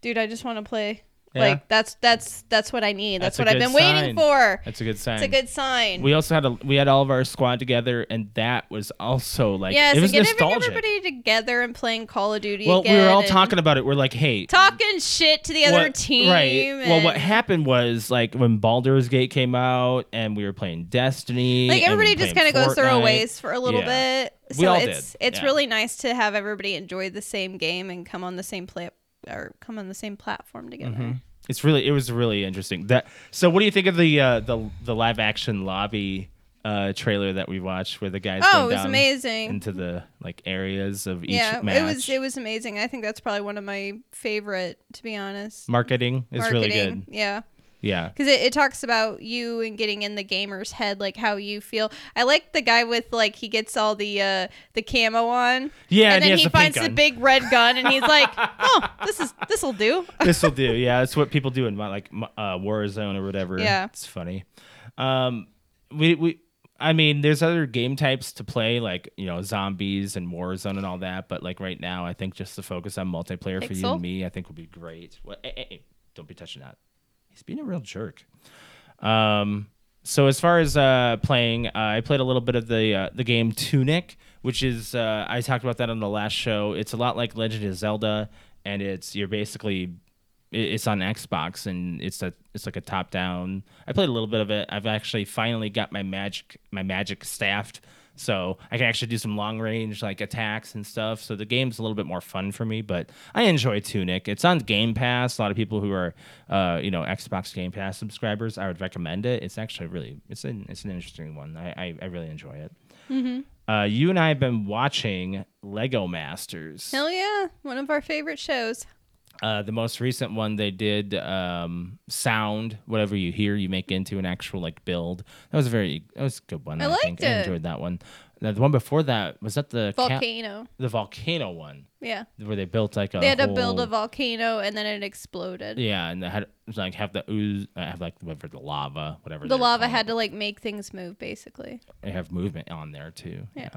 dude, I just want to play. Yeah. Like that's that's that's what I need. That's, That's a what I've good been waiting sign. for. that's a good sign. It's a good sign. we also had a we had all of our squad together, and that was also like yeah, it so was getting nostalgic. everybody together and playing Call of Duty. well, we again were all and- talking about it. We're like, hey, talking shit to the other What- team. Right. Well, what and- happened was like when Baldur's Gate came out and we were playing Destiny. Like and we everybody just played kind of goes their own Fortnite. ways for a little Yeah. bit. So We all it's did, it's yeah. really nice to have everybody enjoy the same game and come on the same play or come on the same platform together. Mm-hmm. It's really it was really interesting. That so what do you think of the uh, the the live action lobby uh, trailer that we watched where the guys Oh, went it was down amazing. into the like areas of each Yeah, match. it was it was amazing. I think that's probably one of my favorite, to be honest. marketing is really good. Yeah. Yeah. because it, it talks about you and getting in the gamer's head like how you feel i like the guy with like he gets all the uh the camo on and, Yeah, and then he has he the pink finds the gun. big red gun and he's like oh this is this'll do this will do. Yeah, that's what people do in my, like my- uh, Warzone or whatever. Yeah. it's funny. Um, we we. I mean, there's other game types to play, like you know, zombies and Warzone and all that. But like right now, I think just the focus on multiplayer for you Pixel? and me, I think will be great. Well, eh, eh, eh, don't be touching that. He's being a real jerk. Um, so as far as uh, playing, uh, I played a little bit of the uh, the game Tunic, which is uh, I talked about that on the last show. It's a lot like Legend of Zelda, and it's you're basically i- it's on Xbox and it's a it's like a top down. I played a little bit of it. I've actually finally got my magic my magic staffed, so I can actually do some long range like attacks and stuff. So the game's a little bit more fun for me, but I enjoy Tunic. It's on Game Pass. A lot of people who are uh, you know Xbox Game Pass subscribers, I would recommend it. It's actually really it's an it's an interesting one. I I, I really enjoy it. Uh, you and I have been watching Lego Masters. hell yeah one of our favorite shows Uh, the most recent one they did um, sound whatever you hear you make into an actual like build that was a very that was a good one I i, liked think i it. enjoyed that one Now, the one before that was that the ca- volcano the volcano one yeah where they built like a they had to build a whole- volcano and then it exploded yeah and they had like have the ooze uh, have like whatever the lava whatever the lava had to like make things move basically to have movement on there too yeah,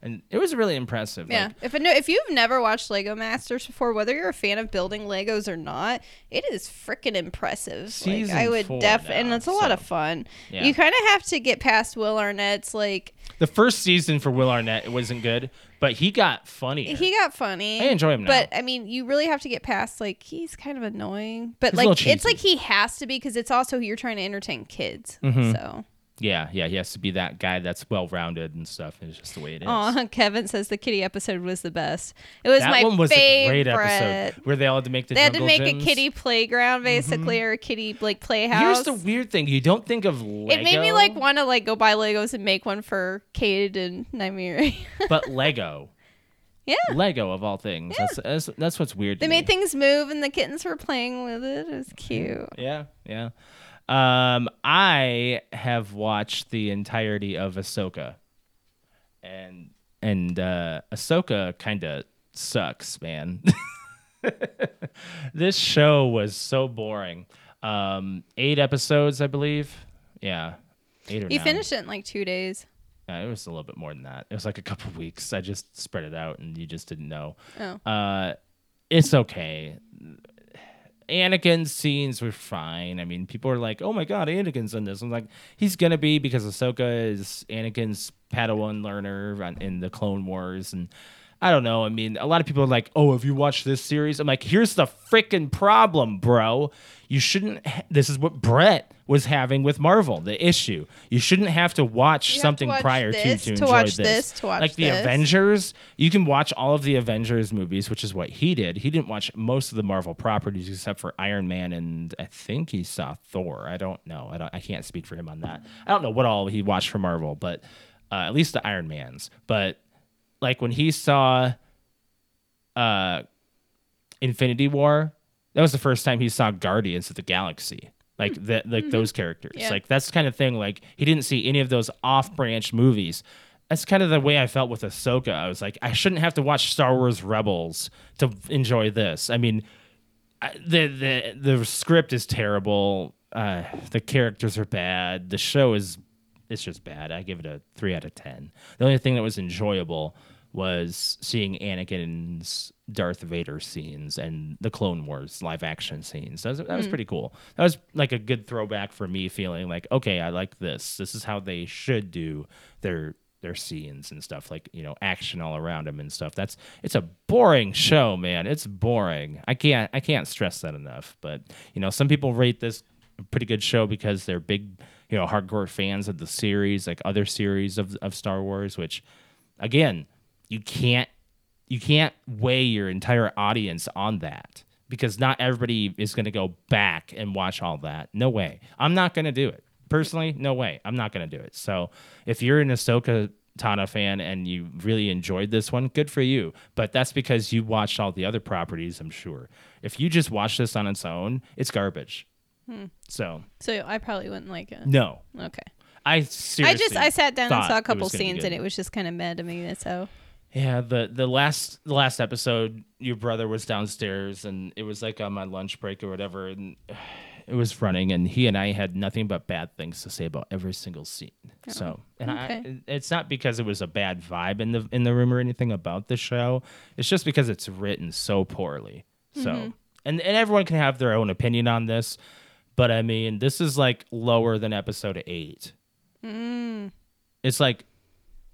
and it was really impressive Yeah. like, if I know, if you've never watched Lego Masters before, whether you're a fan of building Legos or not, it is freaking impressive. Season like I would four def and now, it's a lot so- of fun. Yeah. You kind of have to get past Will Arnett's like the first season for will arnett it wasn't good but he got funny he got funny. I enjoy him now. But I mean, you really have to get past like he's kind of annoying, but He's a like little it's like cheesy. he has to be because it's also you're trying to entertain kids. Mm-hmm. So. Yeah, yeah, he has to be that guy that's well rounded and stuff. It's just the way it is. Aw, Kevin says the kitty episode was the best. It was that my one was favorite. a great episode where they all had to make the They had to jungle make a gyms. Mm-hmm. kitty playground basically or a kitty like playhouse. Here's the weird thing: you don't think of Lego, it made me like want to like go buy Legos and make one for Cade and Nymiri. but Lego, yeah. Lego of all things. That's, that's that's what's weird. They to made me. things move and the kittens were playing with it. It was cute. Yeah, yeah. Um, I have watched the entirety of Ahsoka, and and uh, Ahsoka kind of sucks, man. this show was so boring. Um, eight episodes, I believe. Yeah, eight or You nine. finished it in like two days. Uh, it was a little bit more than that. It was like a couple weeks. I just spread it out, and you just didn't know. Oh. Uh, it's okay. Anakin's scenes were fine. I mean, people are like, "Oh my god, Anakin's in this." I'm like, he's gonna be because Ahsoka is Anakin's Padawan learner on- in the Clone Wars, and I don't know. I mean, a lot of people are like, "Oh, have you watched this series?" I'm like, "Here's the freaking problem, bro. You shouldn't. ha- this is what Brett was having with Marvel. The issue. You shouldn't have to watch You have to something watch prior this, to to to enjoy watch this. this, to watch like the this. Avengers. You can watch all of the Avengers movies, which is what he did. He didn't watch most of the Marvel properties except for Iron Man and I think he saw Thor. I don't know. I don't. I can't speak for him on that. I don't know what all he watched for Marvel, but uh, at least the Iron Man's. But like when he saw uh Infinity War, that was the first time he saw Guardians of the Galaxy. Like that like those characters. Yeah. Like that's the kind of thing like he didn't see any of those off branch movies. That's kind of the way I felt with Ahsoka. I was like, I shouldn't have to watch Star Wars Rebels to enjoy this. I mean, I- the the the script is terrible. Uh, the characters are bad. The show is it's just bad. I give it a three out of ten. The only thing that was enjoyable was seeing Anakin's Darth Vader scenes and the Clone Wars live action scenes. That was, that was pretty cool. That was like a good throwback for me, feeling like okay, I like this. This is how they should do their their scenes and stuff like you know action all around them and stuff that's it's a boring show man it's boring i can't i can't stress that enough but you know some people rate this a pretty good show because they're big you know hardcore fans of the series like other series of, of star wars which again you can't you can't weigh your entire audience on that because not everybody is going to go back and watch all that. No way. I'm not going to do it. Personally, no way. I'm not going to do it. So if you're an Ahsoka Tana fan and you really enjoyed this one, good for you. But that's because you watched all the other properties, I'm sure. If you just watch this on its own, it's garbage. Hmm. So, So I probably wouldn't like it. no. Okay. I I seriously just I sat down and thought saw a it couple was gonna be scenes good. and it was just kind of mad to me. So Yeah, the the last the last episode, your brother was downstairs and it was like on my lunch break or whatever, and it was running, and he and I had nothing but bad things to say about every single scene. so, and okay. I, it's not because it was a bad vibe in the in the room or anything about the show. It's just because it's written so poorly. So, and and everyone can have their own opinion on this, but I mean, this is like lower than episode eight. It's like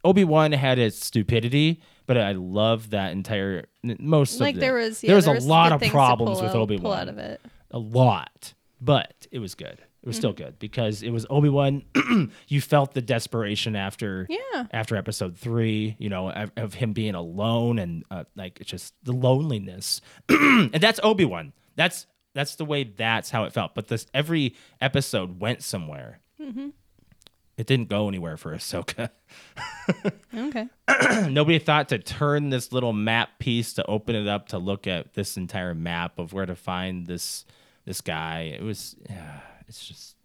Obi Wan had its stupidity, but I love that entire most like of there it. was yeah, there was a good lot of things to problems pull with out- Obi pull out Wan, of it. a lot, but it was good. It was still good because it was Obi Wan. you felt the desperation after Yeah. after episode three, you know, of, of him being alone and uh, like it's just the loneliness, and that's Obi Wan. That's that's the way. That's how it felt. But this every episode went somewhere. It didn't go anywhere for Ahsoka. Okay. nobody thought to turn this little map piece to open it up to look at this entire map of where to find this this guy. It was yeah, it's just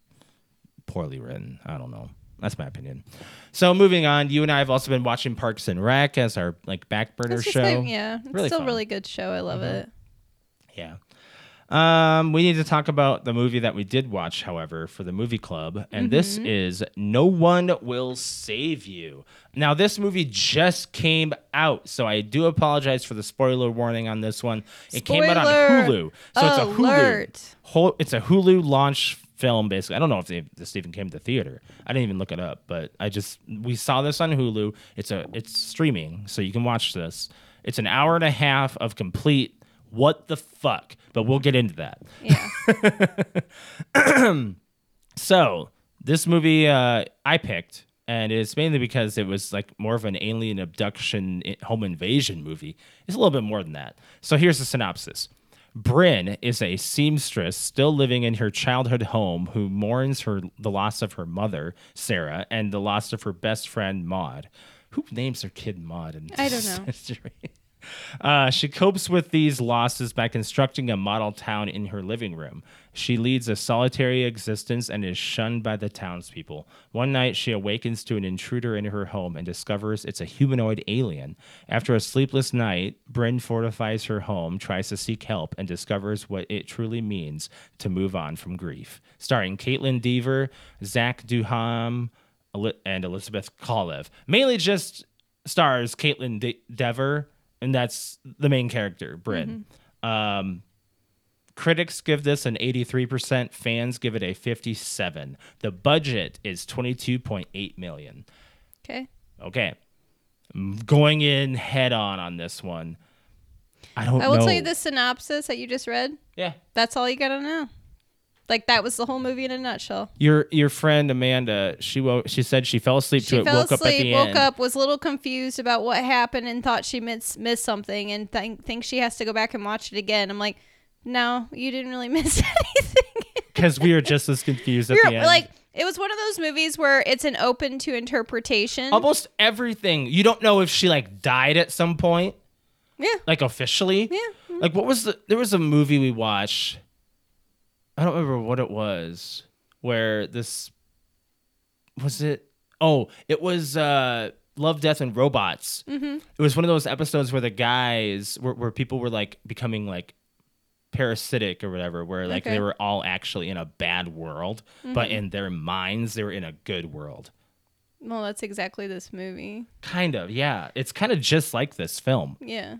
poorly written. I don't know. That's my opinion. So moving on, you and I have also been watching Parks and Rec as our like backburner It's just show. like, yeah, it's Really still fun. Mm-hmm. really good show. I love it. Yeah. Um, we need to talk about the movie that we did watch, however, for the movie club, Mm-hmm. and this is No One Will Save You. Now, this movie just came out, so I do apologize for the spoiler warning on this one. It came out on Spoiler Hulu, so it's a alert. Hulu. Hol- It's a Hulu launch film, basically. I don't know if they- this even came to theater. I didn't even look it up, but I just we saw this on Hulu. It's a it's streaming, so you can watch this. It's an hour and a half of complete what the fuck, but we'll get into that. Yeah. So this movie uh, I picked, and it's mainly because it was like more of an alien abduction i- home invasion movie. It's a little bit more than that. So here's the synopsis. Bryn is a seamstress still living in her childhood home who mourns her the loss of her mother, Sarah, and the loss of her best friend, Maud. Who names her kid Maud? in I don't know. history. Uh, she copes with these losses by constructing a model town in her living room. She leads a solitary existence and is shunned by the townspeople. One night, she awakens to an intruder in her home and discovers it's a humanoid alien. After a sleepless night, Bryn fortifies her home, tries to seek help, and discovers what it truly means to move on from grief. Starring Caitlin Deaver, Zach Duham, Eli- and Elizabeth Kolev. Mainly just stars Caitlin De- Dever, and that's the main character, Bryn. Mm-hmm. Um, critics give this an 83%, fans give it a 57. The budget is 22.8 million. okay. Okay. going in head on on this one. I don't. I will know. tell you the synopsis that you just read. Yeah, That's all you gotta know. Like that was the whole movie in a nutshell. your your friend Amanda. She wo- she said she fell asleep to She it. fell woke up at the asleep, woke end. up, was a little confused about what happened, and thought she missed missed something, and think thinks she has to go back and watch it again. I'm like, no, you didn't really miss anything. because we were just as confused at We're- the we're end. like it was one of those movies where it's an open to interpretation. almost everything. You don't know if she like died at some point, yeah, like officially. yeah. mm-hmm. Like what was the? There was a movie we watched. I don't remember what it was. Where this was it? Oh, it was uh, Love, Death, and Robots. Mm-hmm. It was one of those episodes where the guys, where, where people were like becoming like parasitic or whatever, where like Okay. Mm-hmm. they were all actually in a bad world, but in their minds they were in a good world. Well, that's exactly this movie. Kind of, yeah. It's kind of just like this film. Yeah.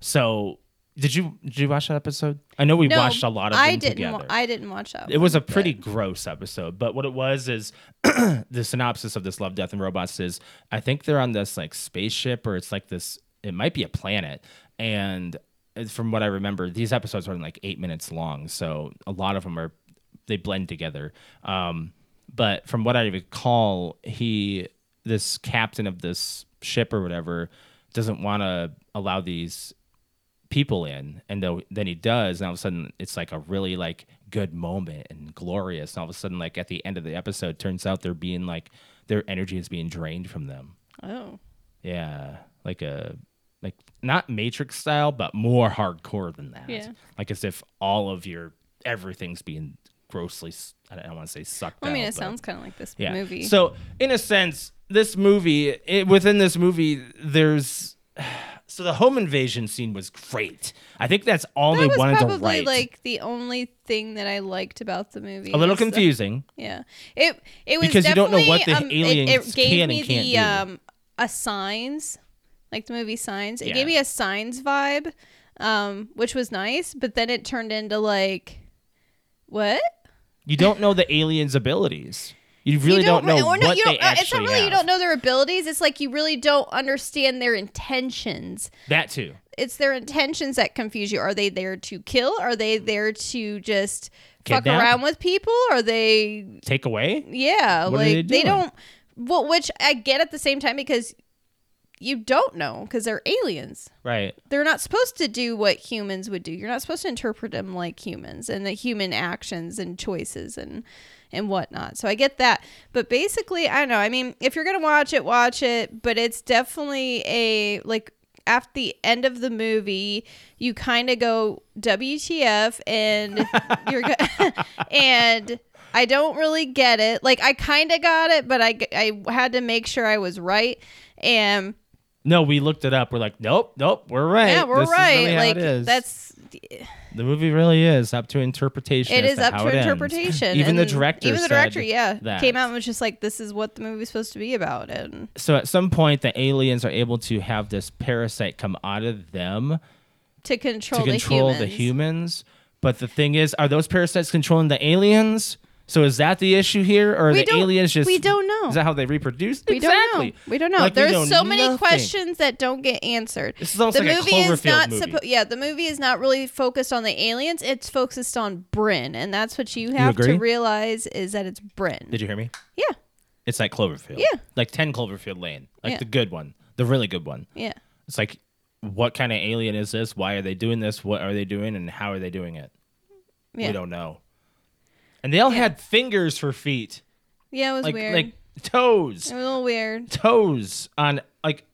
So, did you did you watch that episode? I know we No, watched a lot of I them didn't. wa- together. I didn't watch that. it one, was a but- pretty gross episode, but what it was is the synopsis of this Love, Death, and Robots is I think they're on this like spaceship or it's like this. It might be a planet, and it's- from what I remember, these episodes are like eight minutes long, so a lot of them are they blend together. Um, but from what I recall, he this captain of this ship or whatever doesn't want to allow these people in and though then he does and all of a sudden it's like a really like good moment and glorious and all of a sudden like at the end of the episode turns out they're being like their energy is being drained from them Oh. yeah like a like not matrix style but more hardcore than that Yeah. like as if all of your everything's being grossly s- i don't want to say sucked I mean, it out, Oh, but- sounds kind of like this yeah. movie. So in a sense, this movie it, within this movie, there's so the home invasion scene was great. I think that's all that they was wanted probably to write. like the only thing that I liked about the movie. a little is the- confusing. Yeah. It it was Because you don't know definitely, what the um, it- it, aliens gave can and me can't the do. um a signs like the movie Signs. It Yeah. gave me a Signs vibe, um, which was nice. But then it turned into like, what? You don't know the aliens' abilities. You really you don't, know or what no, you they don't, uh, actually It's not really have. you don't know their abilities. It's like you really don't understand their intentions. That too. it's their intentions that confuse you. Are they there to kill? Are they there to just fuck Kidnap? around with people? Are they Take away. yeah, What are like they doing? don't well which I get at the same time because you don't know because they're aliens. Right. They're not supposed to do what humans would do. You're not supposed to interpret them like humans and the human actions and choices and and whatnot. So I get that. But basically, I don't know. I mean, if you're gonna watch it, watch it. But it's definitely a like at the end of the movie, you kind of go WTF, and you're go- and I don't really get it. Like I kind of got it, but I g- I had to make sure I was right. And No, we looked it up. We're like, nope, nope, we're right. yeah, we're This is right. really how like it is. that's the movie. Really is up to interpretation. it as is to up how to it ends. interpretation. even the and director. even the said director, yeah, that. came out and was just like, "This is what the movie's supposed to be about." And so at some point the aliens are able to have this parasite come out of them to control, to control the the humans. humans but the thing is are those parasites controlling the aliens so is that the issue here or are We the don't- aliens just we don't know. is that how they reproduce We exactly don't know. We don't know. Like, we There's know so many nothing. questions that don't get answered. This is almost the like a movie is Cloverfield not movie. supposed. Yeah, the movie is not really focused on the aliens. It's focused on Bryn, and that's what you have to agree? realize is that it's Bryn. did you hear me yeah, it's like cloverfield Yeah. like 10 cloverfield lane like Yeah. the good one the really good one yeah. it's like what kind of alien is this why are they doing this what are they doing and how are they doing it Yeah. we don't know and they all had fingers for feet yeah, it was like weird. like toes it was a little weird. toes on like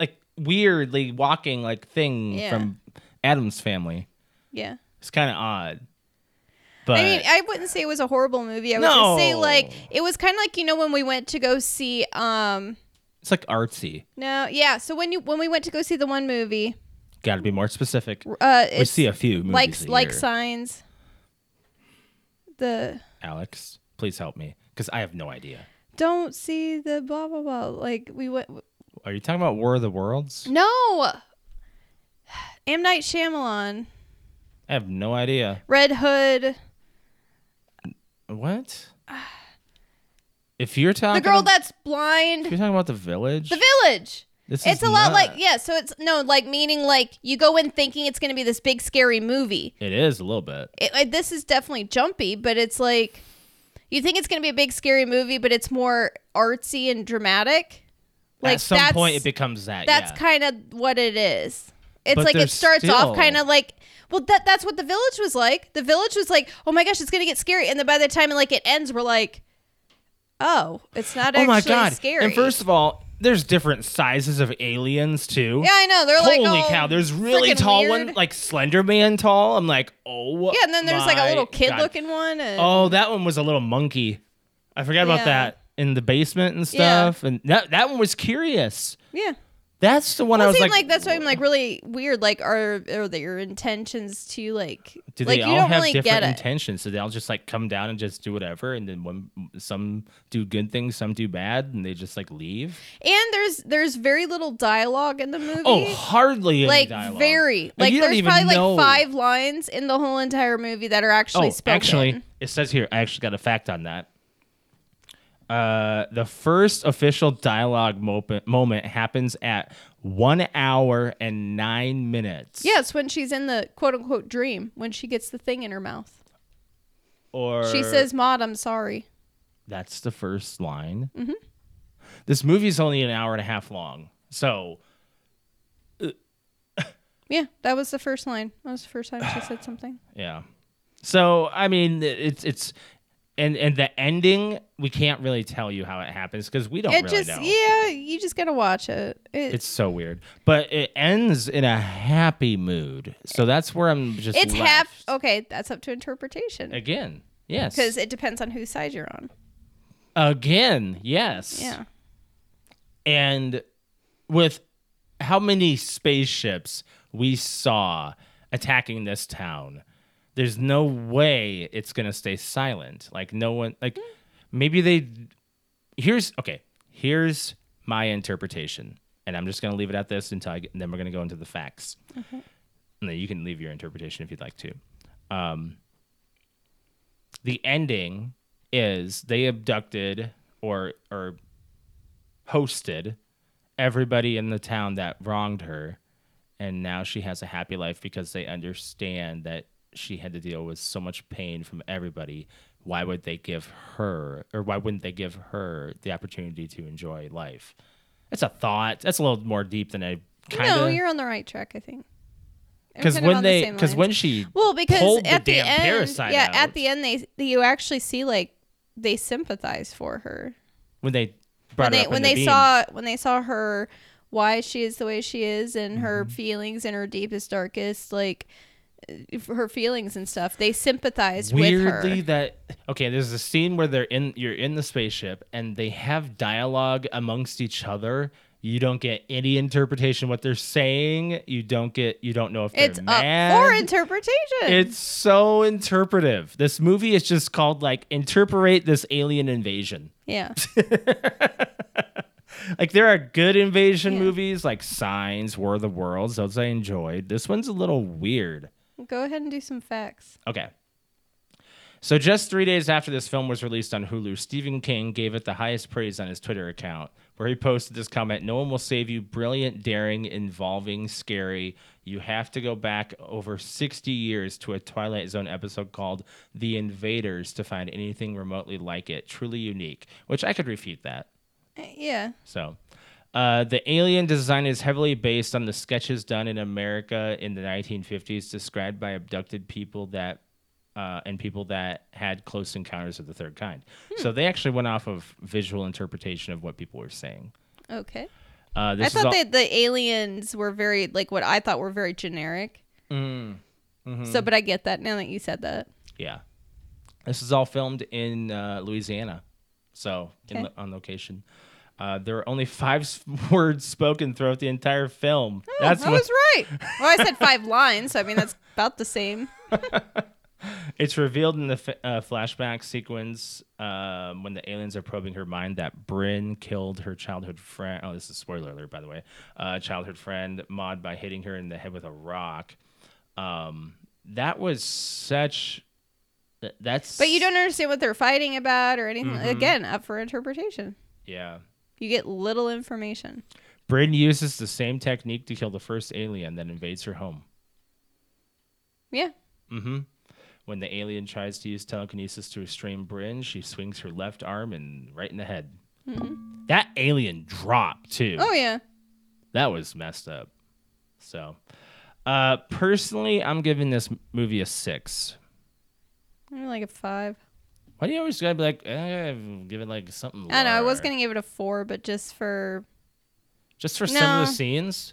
like weirdly walking like thing Yeah. from Adam's family. Yeah. It's kind of odd. But I mean, I wouldn't say it was a horrible movie. I would No. just say like it was kind of like you know when we went to go see um it's like artsy. no yeah so when you when we went to go see the one movie Got to be more specific. uh We it's see a few movies like a like year. signs the Alex, please help me cuz I have no idea. don't see the blah blah blah like we went Are you talking about War of the Worlds? no M Night Shyamalan I have no idea. Red Hood What? If you're talking the girl ab- that's blind if you're talking about the village? The Village This It's is a lot not- like yeah, so it's no like meaning like you go in thinking it's going to be this big scary movie. It is a little bit. It, it- this is definitely jumpy, but it's like you think it's going to be a big scary movie, but it's more artsy and dramatic. At some point, it becomes that. that's yeah. kind of what it is. It's But like it there's starts off still- kind of like well that that's what the village was like. The village was like, "Oh my gosh, it's going to get scary." And then by the time like it ends, we're like, "Oh, it's not oh actually my god! scary." And first of all, there's different sizes of aliens too. yeah, I know. They're like, Holy all cow! There's really frickin' tall weird. one, like Slender Man tall. I'm like, oh. Yeah, and then there's like a my little kid God. looking one. And, Oh, that one was a little monkey. I forgot Yeah. about that in the basement and Yeah. stuff. And that that one was curious. yeah. That's the one I Well, was seem like, like, that's why I'm like really weird. Like, are are there your intentions to like? Do like they you all don't have really different get it. intentions? So they all just like come down and just do whatever, and then one some do good things, some do bad, and they just like leave. And there's there's very little dialogue in the movie. Oh, hardly any like dialogue. very And like you don't there's even probably know- like five lines in the whole entire movie that are actually Oh, spoken. actually, it says here. I actually got a fact on that. Uh, the first official dialogue moment moment happens at one hour and nine minutes. yes, when she's in the quote unquote dream when she gets the thing in her mouth, Or she says, "Maud, I'm sorry." That's the first line. Mm-hmm. This movie's only an hour and a half long. So, Yeah, that was the first line. That was the first time she said something. yeah. So, I mean, it's it's and and the ending, we can't really tell you how it happens cuz we don't it really just know. yeah, you just gotta watch it. it It's so weird. But it ends in a happy mood. So that's where I'm just it's oh. left. half okay. That's up to interpretation again. Yes. because it depends on whose side you're on. again, yes. Yeah, and with how many spaceships we saw attacking this town there's no way it's going to stay silent like no one like Hmm. maybe they here's okay here's my interpretation and i'm just going to leave it at this until i get, and then we're going to go into the facts and then you can leave your interpretation if you'd like to um the ending is they abducted or or hosted everybody in the town that wronged her and now she has a happy life because they understand that she had to deal with so much pain from everybody why would they give her or why wouldn't they give her the opportunity to enjoy life that's a thought that's a little more deep than i kind no, of you're on the right track. I think I'm because kind of when on the they same because lines. when she Well, because pulled at the, the, damn end, parasite yeah, out, at the end they you actually see like they sympathize for her when they when brought they her up when in they the beam, saw when they saw her why she is the way she is and her Mm-hmm. feelings and her deepest darkest like uh, her feelings and stuff they sympathized weirdly with her. that okay there's a scene where they're in you're in the spaceship and they have dialogue amongst each other you don't get any interpretation what they're saying you don't get you don't know if they're It's uh, mad up for interpretation. it's so interpretive this movie is just called like interpret this alien invasion yeah. like there are good invasion Yeah. movies like signs war of the worlds those i enjoyed this one's a little weird Go ahead and do some facts. Okay. So just three days after this film was released on Hulu, Stephen King gave it the highest praise on his Twitter account, where he posted this comment: "No one will save you. Brilliant, daring, involving, scary. You have to go back over 60 years to a Twilight Zone episode called The Invaders to find anything remotely like it. Truly unique." Which I could refute that. Uh, Yeah. So, uh, the alien design is heavily based on the sketches done in America in the 1950s, described by abducted people that uh, and people that had close encounters of the third kind. Hmm. So they actually went off of visual interpretation of what people were saying. Okay. Uh, I this is thought all- that the aliens were very like what I thought were very generic. Hmm. So, but I get that now that you said that. Mm. yeah, this is all filmed in uh, Louisiana, so in, Okay. on location. Uh, there are only five s- words spoken throughout the entire film. That's I what- was right. Well, I said five lines, so I mean that's about the same. It's revealed in the f- uh, flashback sequence um, when the aliens are probing her mind that Bryn killed her childhood friend. Oh, this is spoiler alert, by the way. Uh, childhood friend Maud by hitting her in the head with a rock. Um, that was such. th- That's. But you don't understand what they're fighting Mm-hmm. about or anything. Again, up for interpretation. Yeah. You get little information. Braden uses the same technique to kill the first alien that invades her home. Yeah. Mm-hmm. When the alien tries to use telekinesis to restrain Bryn, she swings her left arm and right in the head. That alien dropped too. Mm-hmm. Oh yeah. That was messed up. So, uh, personally, I'm giving this m- movie a six. I'm like a five. Why do you always gotta be like, eh, give it like something? I don't know. I was lower." gonna give it a four, but just for just for some of No. the scenes.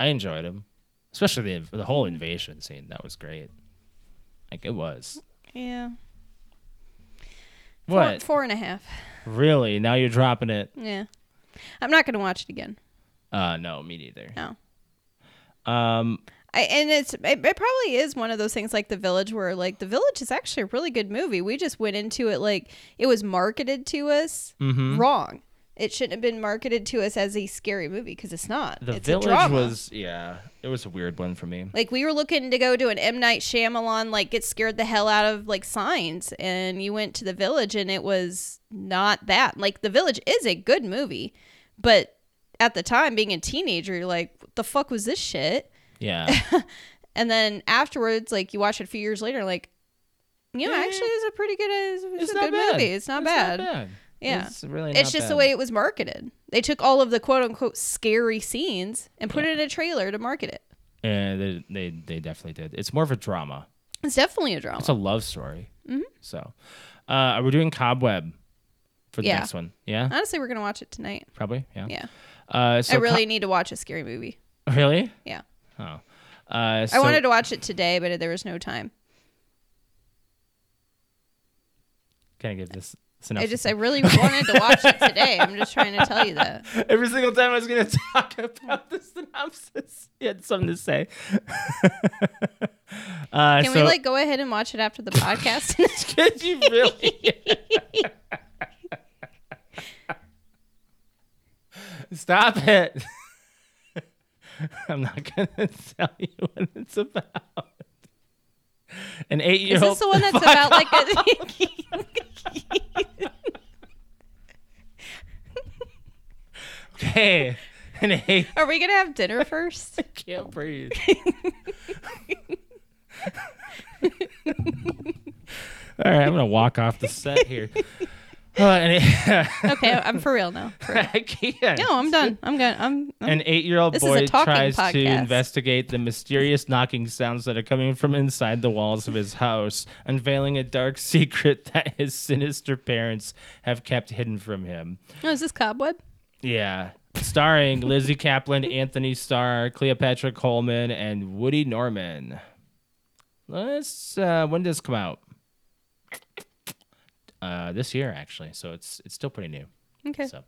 I enjoyed them, especially the the whole invasion scene. That was great. Like it was. yeah. Four- What? Four and a half. Really? Now you're dropping it? Yeah. I'm not gonna watch it again. Uh, no, me neither. No. Um, I, and it's it, it probably is one of those things like the village where like the village is actually a really good movie we just went into it like it was marketed to us Mm-hmm. wrong it shouldn't have been marketed to us as a scary movie because it's not the it's a village drama. was yeah, it was a weird one for me. like we were looking to go to an M Night Shyamalan like get scared the hell out of like signs and you went to the village and it was not that like the village is a good movie but at the time being a teenager you're like what the fuck was this shit Yeah, and then afterwards, like you watch it a few years later, like, you know, actually, it's a pretty good, it's, it's a good movie. It's not bad. Yeah. it's really. It's not just the bad. way it was marketed. They took all of the quote unquote scary scenes and put it in a trailer to market it. Yeah, they, they they definitely did. It's more of a drama. It's definitely a drama. It's a love story. Mm-hmm. So, uh, are we doing Cobweb for the Yeah. next one? Yeah, Honestly, we're gonna watch it tonight. probably. Yeah. Yeah, Uh, so I really need to watch a scary movie. Co- really. Yeah, Oh. Uh, I so- wanted to watch it today, but there was no time. Can I give this I synopsis? just, I really wanted to watch it today. I'm just trying to tell you that. Every single time I was going to talk about the synopsis, you had something to say. uh, Can we so- like go ahead and watch it after the podcast? Did you really? Stop it. I'm not going to tell you what it's about. An eight year Is old. this the one that's about like a Hey, an eight. Are we gonna have dinner first? can't breathe. All right, I'm gonna walk off the set here. Uh, and it- Okay, I'm for real now. I can't. No, I'm done. I'm good. I'm, I'm An eight-year-old This is a boy talking tries to podcast. investigate the mysterious knocking sounds that are coming from inside the walls of his house, unveiling a dark secret that his sinister parents have kept hidden from him. no, Oh, is this cobweb? Yeah. Starring Lizzie Kaplan, Anthony Starr, Cleopatra Coleman, and Woody Norman. Let's uh when does this come out? Uh this year actually. So it's it's still pretty new. Okay. So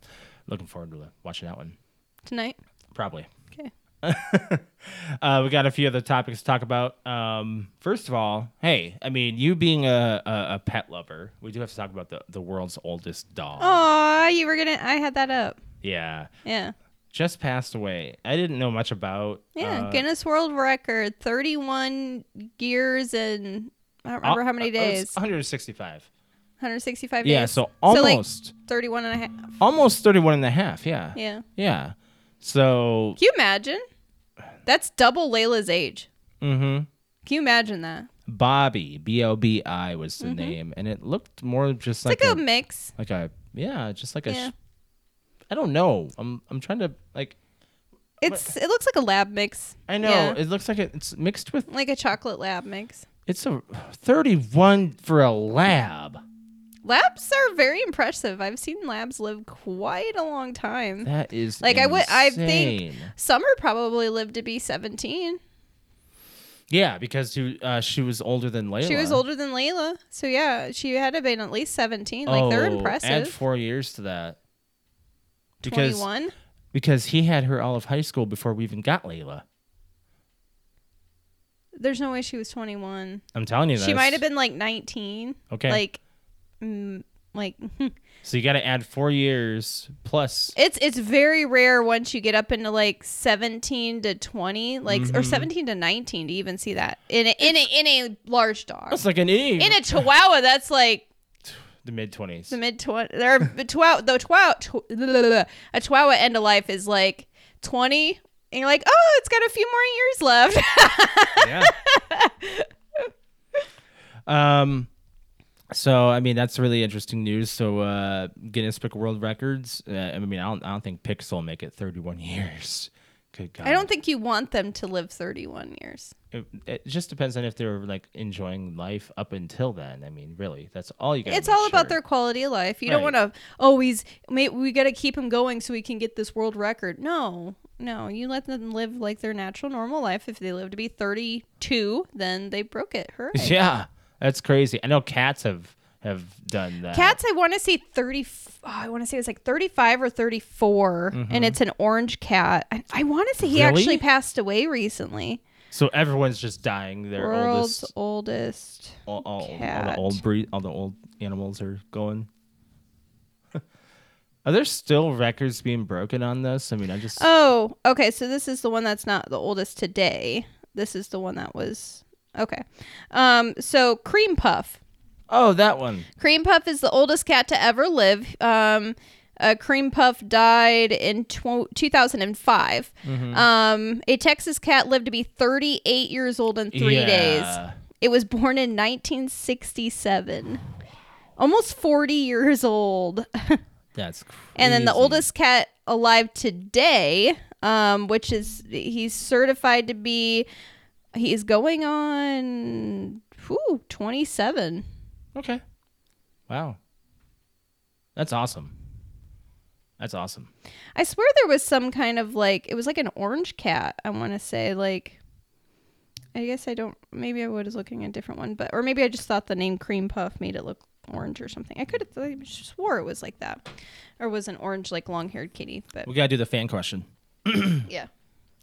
looking forward to watching that one. Tonight. Probably. Okay. Uh, we got a few other topics to talk about. Um, first of all, hey, I mean, you being a, a, a pet lover, we do have to talk about the, the world's oldest dog. Oh, you were gonna I had that up. Yeah. Yeah. just passed away. I didn't know much about. Yeah. uh, Guinness World Record, thirty one years and I don't remember how many uh, it's days. 165. 165 Yeah, days. so like, almost 31 and a half. almost 31 and a half, yeah. Yeah. Yeah. So, Can you imagine? That's double Layla's age. mhm. Can you imagine that? Bobby, B O B I was the name and it looked more just Mm-hmm. It's like, like a a, mix. like a yeah, just like a Yeah. sh- I don't know. I'm I'm trying to like It's it looks like a lab mix. I know Yeah. it looks like it- it's mixed with like a chocolate lab mix. it's a 31 for a lab. Labs are very impressive. I've seen labs live quite a long time. That is Like, I would- I think- insane. Summer probably lived to be 17. Yeah, because she, uh, she was older than Layla. She was older than Layla. So yeah, she had to have been at least 17. Like they're Oh, Add impressive. four years to that. Because 21. because he had her all of high school before we even got Layla. There's no way she was 21. I'm telling you that She might have been like 19. Okay. Like mm, like So you got to add four years plus. it's it's very rare once you get up into like 17 to 20, like or Mm-hmm. 17 to 19 to even see that in a, in a in a large dog. That's like an E. in a chihuahua that's like the mid twenties. The mid twenty, they're the twelve, the twelve, tw- a twelve end of life is like twenty, and you're like, oh, it's got a few more years left. yeah. um, so I mean that's really interesting news. So uh, Guinness Book of World Records. Uh, I mean I don't, I don't think Pixel will make it 31 years. Good God. I don't think you want them to live thirty-one years. It, it just depends on if they're like enjoying life up until then. I mean, really, that's all you got. It's all about their quality of life. You don't Right. want to always. may we got to keep them going so we can get this world record. No, no. You let them live like their natural, normal life. If they live to be thirty-two, then they broke it. Hooray! Yeah, that's crazy. I know cats have have done that. Cats, I want to say 30. f- Oh, I want to say it was like 35 or 34, and it's an orange cat. I, I want to say he Mm-hmm. Really? actually passed away recently. So everyone's just dying. Their World's oldest, oldest. all, all, all the cat. old breed, all the old animals are going. are there still records being broken on this? I mean, I just Oh, okay. So this is the one that's not the oldest today. This is the one that was. Okay. Um, so Cream Puff. oh that one. Cream Puff is the oldest cat to ever live. Um, uh, Cream Puff died in tw- 2005. Mm-hmm. Um, a Texas cat lived to be 38 years old in three Yeah. days. It was born in 1967, almost 40 years old. That's crazy. And then the oldest cat alive today, um, which is he's certified to be, he's going on, whew, 27. Okay. Wow. That's awesome. That's awesome. I swear there was some kind of like it was like an orange cat. I want to say like I guess I don't. Maybe I was looking at a different one, but or maybe I just thought the name Cream Puff made it look orange or something. I could have I just swore it was like that, or was an orange like long haired kitty. But We gotta do the fan question. yeah,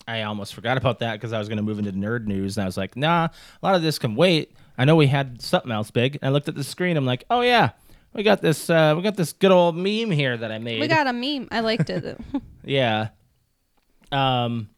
I almost forgot about that because I was going to move into nerd news, and I was like, nah, a lot of this can wait. I know we had something else big. And I looked at the screen. I'm like, oh yeah, we got this. Uh, we got this good old meme here that I made. we got a meme. I liked it. yeah. Um,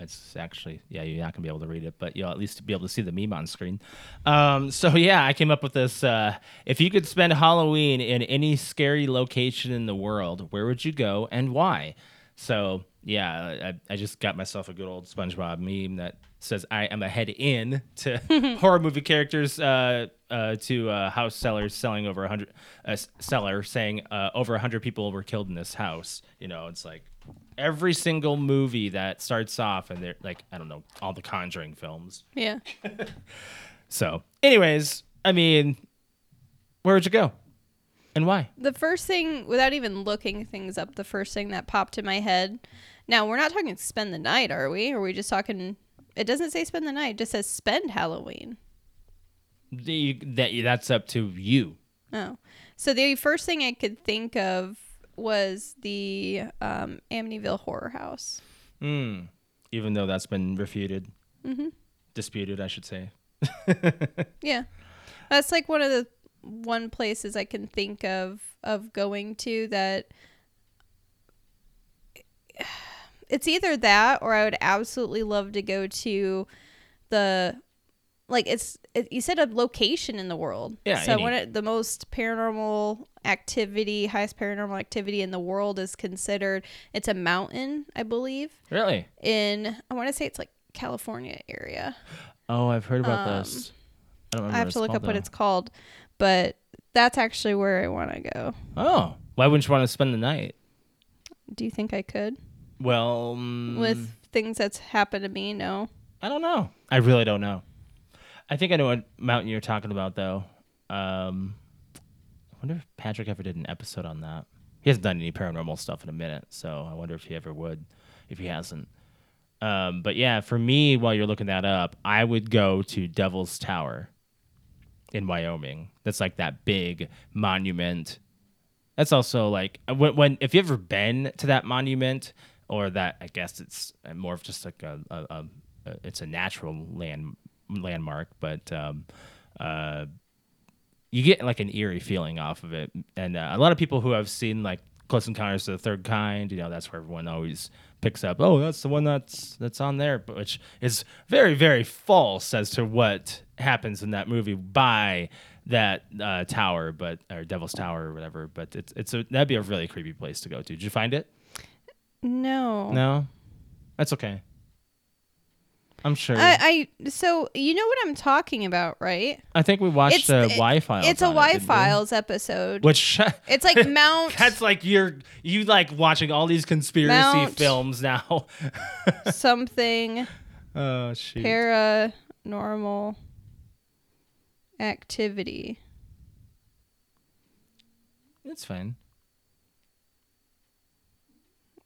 it's actually yeah, you're not gonna be able to read it, but you'll at least be able to see the meme on screen. Um, so yeah, I came up with this. Uh, if you could spend Halloween in any scary location in the world, where would you go and why? So yeah, I, I just got myself a good old SpongeBob meme that says I am a head in to horror movie characters uh, uh, to uh, house sellers selling over a hundred uh, seller saying uh, over a hundred people were killed in this house. You know, it's like every single movie that starts off and they're like i don't know all the conjuring films yeah, so anyways i mean where would you go and why the first thing without even looking things up, the first thing that popped in my head. Now we're not talking spend the night, are we? Are we just talking? It doesn't say spend the night. It just says spend Halloween. The- that, that's up to you Oh. So the first thing I could think of was the um, Amityville Horror House. Hmm. even though that's been refuted Mm-hmm. disputed i should say Yeah. That's like one of the one places I can think of of going to that it's either that or I would absolutely love to go to the like it's it, you said a location in the world. Yeah, So any. one of the most paranormal activity, highest paranormal activity in the world is considered it's a mountain, I believe, really in I want to say it's like California area. oh i've heard about this i don't Um, remember I have to look up what it's called, but that's actually where I want to go. oh why wouldn't you want to spend the night Do you think I could well mm, with things that's happened to me? No. I don't know. I really don't know. I think I know what mountain you're talking about, though. Um, I wonder if Patrick ever did an episode on that. He hasn't done any paranormal stuff in a minute, so I wonder if he ever would, if he hasn't. Um, but yeah, for me, while you're looking that up, I would go to Devil's Tower in Wyoming. That's like that big monument that's also like uh, when, when if you've ever been to that monument or that I guess it's uh, more of just like a, a, a it's a natural land landmark, but um, uh, you get like an eerie feeling off of it. And uh, a lot of people who have seen like Close Encounters of the Third Kind, you know, that's where everyone always picks up. Oh, that's the one that's that's on there, but which is very very false as to what happens in that movie by that uh, tower, but or Devil's Tower or whatever. But it's it's a, that'd be a really creepy place to go to. Did you find it? No. No, that's okay. I'm sure. I, I, I so you know what I'm talking about, right? think we watched a it- Y file. It's a Y files episode. Which It's like Mount that's like you're you like watching all these conspiracy Mount- films now. something oh shoot. paranormal activity. It's fine.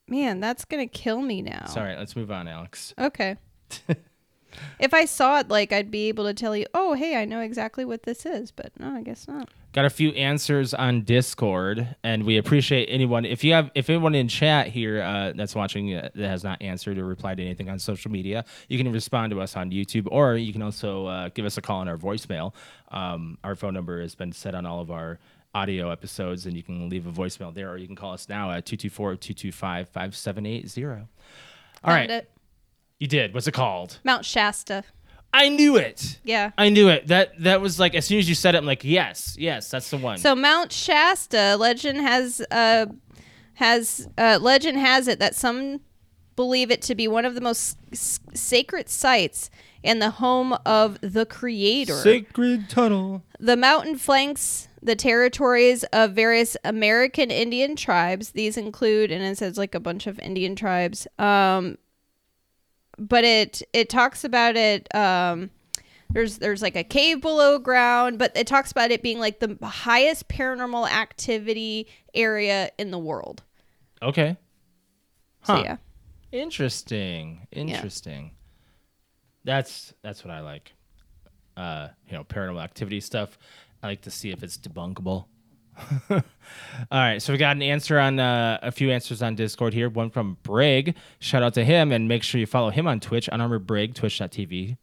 Man, that's gonna kill me now. Sorry, let's move on, Alex. Okay. if I saw it, like I'd be able to tell you, oh hey, I know exactly what this is, but no, I guess not. Got a few answers on Discord, and we appreciate anyone. If you have, if anyone in chat here uh, that's watching uh, that has not answered or replied to anything on social media, you can respond to us on YouTube, or you can also uh, give us a call on our voicemail. Um, our phone number has been set on all of our audio episodes, and you can leave a voicemail there, or you can call us now at 224-225-5780. Found All right, it. you did. What's it called? Mount Shasta. I knew it. Yeah. I knew it. That that was like as soon as you said it, I'm like, yes, yes, that's the one. So Mount Shasta legend has uh has uh, legend has it that some believe it to be one of the most s- sacred sites and the home of the creator. Sacred Tunnel. The mountain flanks the territories of various American Indian tribes. These include, and it says like a bunch of Indian tribes. Um, but it it talks about it. Um, there's there's like a cave below ground, but it talks about it being like the highest paranormal activity area in the world. Okay. So Huh. yeah, Interesting. Interesting. That's that's what I like. Uh, you know, paranormal activity stuff. I like to see if it's debunkable. All right, so we got an answer on uh, a few answers on Discord here. One from Brig. Shout out to him and make sure you follow him on Twitch, unarmored Brig, twitch.tv.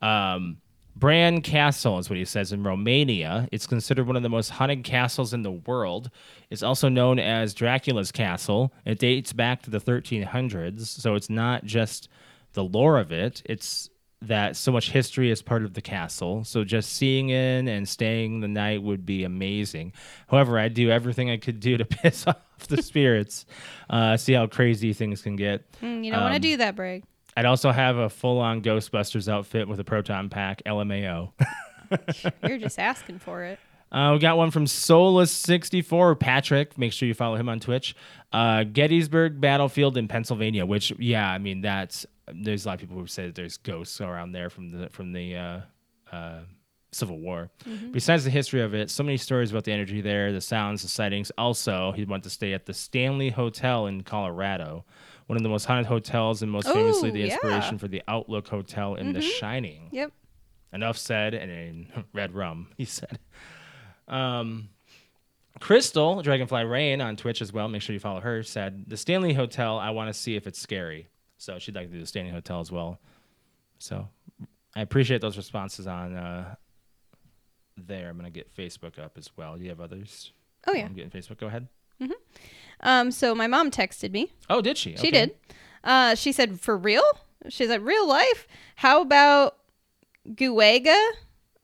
Um, Bran Castle is what he says in Romania. It's considered one of the most haunted castles in the world. It's also known as Dracula's Castle. It dates back to the 1300s, so it's not just the lore of it, it's that so much history is part of the castle. So just seeing in and staying the night would be amazing. However, I'd do everything I could do to piss off the spirits, uh, see how crazy things can get. Mm, you don't want to do that, Brig. I'd also have a full on Ghostbusters outfit with a proton pack, LMAO. You're just asking for it. Uh, we got one from Solus64, Patrick. Make sure you follow him on Twitch. Uh, Gettysburg Battlefield in Pennsylvania, which, yeah, I mean, that's there's a lot of people who say that there's ghosts around there from the from the uh, uh, Civil War. Besides the history of it, so many stories about the energy there, the sounds, the sightings. Also, he went to stay at the Stanley Hotel in Colorado, one of the most haunted hotels, and most famously Ooh, the yeah. inspiration for the Outlook Hotel in The Shining. Yep. Enough said, and in red rum, he said. Um, Crystal, Dragonfly Rain on Twitch as well, make sure you follow her, said, The Stanley Hotel, I want to see if it's scary. So she'd like to do the Stanley Hotel as well. So I appreciate those responses on uh, there. I'm going to get Facebook up as well. Do you have others? Oh yeah. I'm getting Facebook. Go ahead. Um. So my mom texted me. Oh, did she? She did. Uh, she said, "For real?" She said, "Real life? How about Guega,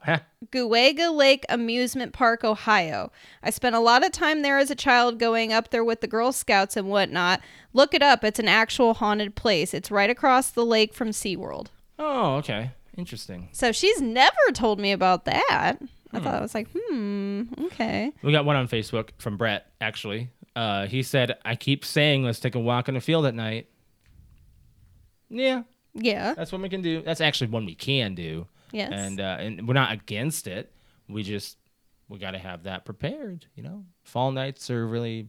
did. Guega Lake Amusement Park, Ohio? I spent a lot of time there as a child, going up there with the Girl Scouts and whatnot. Look it up. It's an actual haunted place. It's right across the lake from SeaWorld. Oh, okay. Interesting. So she's never told me about that. I thought I was like, hmm, okay. We got one on Facebook from Brett, actually. Uh, he said, I keep saying, let's take a walk in the field at night. Yeah, Yeah. that's one we can do. That's actually one we can do. Yes. And, uh, and we're not against it. We just, we got to have that prepared, you know? Fall nights are really,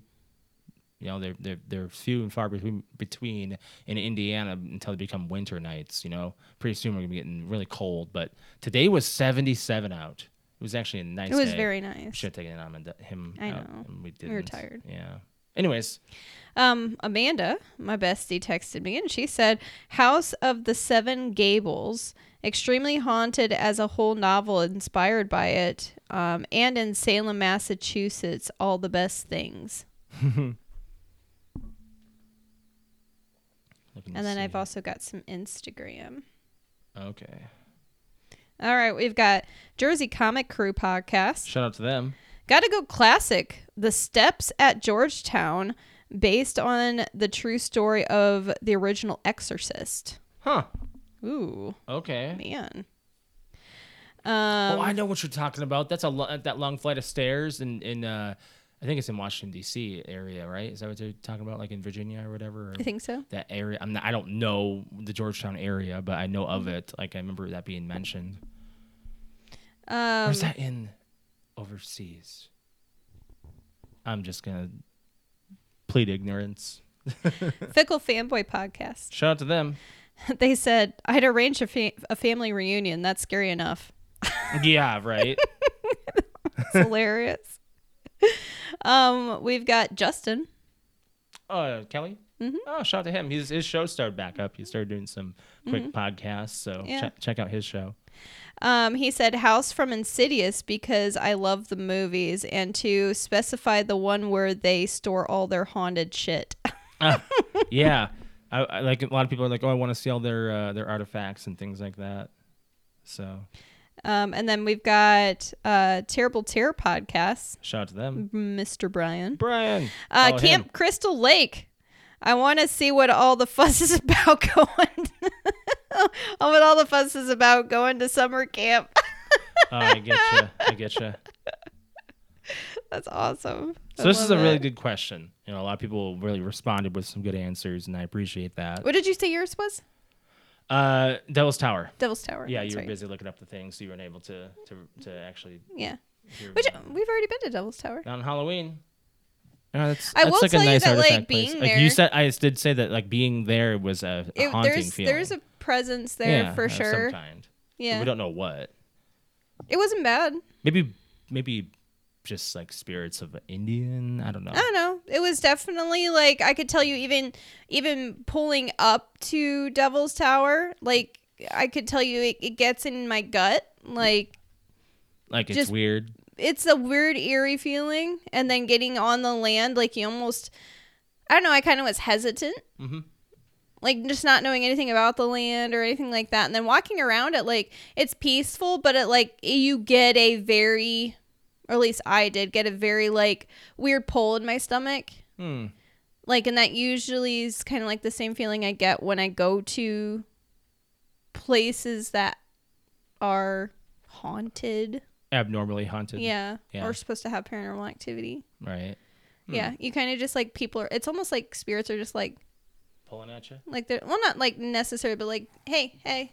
you know, they're, they're, they're few and far between, between in Indiana until they become winter nights, you know? Pretty soon we're going to be getting really cold. But today was 77 out. It was actually a nice it was day. very nice. Should have taken it on and- him. I out, know. and we We didn't. were tired. Yeah. Anyways, Um, Amanda, my bestie, texted me and she said, House of the Seven Gables, extremely haunted as a whole novel inspired by it, um, and in Salem, Massachusetts, all the best things. looking to And then see- I've also got some Instagram. okay. All right, we've got Jersey Comic Crew podcast. Shout out to them. Got to go classic. The Steps at Georgetown, based on the true story of the original Exorcist. Huh. Ooh, Okay. man. Um, oh, I know what you're talking about. That's a lo- uh, that long flight of stairs in in uh, I think it's in Washington D.C. area, right? Is that what you're talking about, like in Virginia or whatever? Or I think so. that area. I'm not, I don't know the Georgetown area, but I know of Mm-hmm. it. Like I remember that being mentioned. Um, or is that in overseas? I'm just gonna plead ignorance. Fickle Fanboy podcast. Shout out to them. They said, I'd arrange a, fa- a family reunion. That's scary enough. Yeah, right. It's hilarious. Um, we've got Justin. Oh, uh, Kelly. Mm-hmm. Oh, shout out to him. His his show started back up. He started doing some quick podcasts. So Mm-hmm. Yeah. check check out his show. Um, he said House from Insidious because I love the movies, and to specify the one where they store all their haunted shit. yeah, I, I like a lot of people are like, oh, I want to see all their uh, their artifacts and things like that. So Um, and then we've got uh, Terrible Terror podcast, shout out to them. Mr. Brian. Brian. Uh, follow Camp Oh, him. Crystal Lake. I want to see what all the fuss is about going. oh, what all the fuss is about going to summer camp. Oh, I get you. I get you. That's awesome. I So this is a love really it. good question. You know, a lot of people really responded with some good answers, and I appreciate that. What did you say yours was? Uh, Devil's Tower. Devil's Tower. Yeah, that's you were right. busy looking up the thing, so you weren't able to to, to actually Yeah. hear Which about it. we've already been to Devil's Tower. on Halloween. Yeah, that's, I that's will like tell a you nice that, like, artifact place. being Like you there- said, I did say that like being there was a, a It- haunting there's feeling. there's a presence there Yeah, for of sure. Some kind. Yeah, We don't know what. it wasn't bad. Maybe maybe just like spirits of Indian. I don't know. I don't know. It was definitely like I could tell you even even pulling up to Devil's Tower, like I could tell you it, it gets in my gut. Like like it's just- weird. it's a weird eerie feeling, and then getting on the land, like you almost I don't know. I kind of was hesitant. Mhm. Like just not knowing anything about the land or anything like that, and then walking around it, like it's peaceful, but it like you get a very, or at least I did get a very like weird pull in my stomach. Hmm. like and that usually is kind of like the same feeling i get when i go to places that are haunted Abnormally haunted. yeah, Yeah. Hmm. or supposed to have paranormal activity Right. yeah you kind of just like people are it's almost like spirits are just like Pulling at you. like they're well not like necessary but like hey hey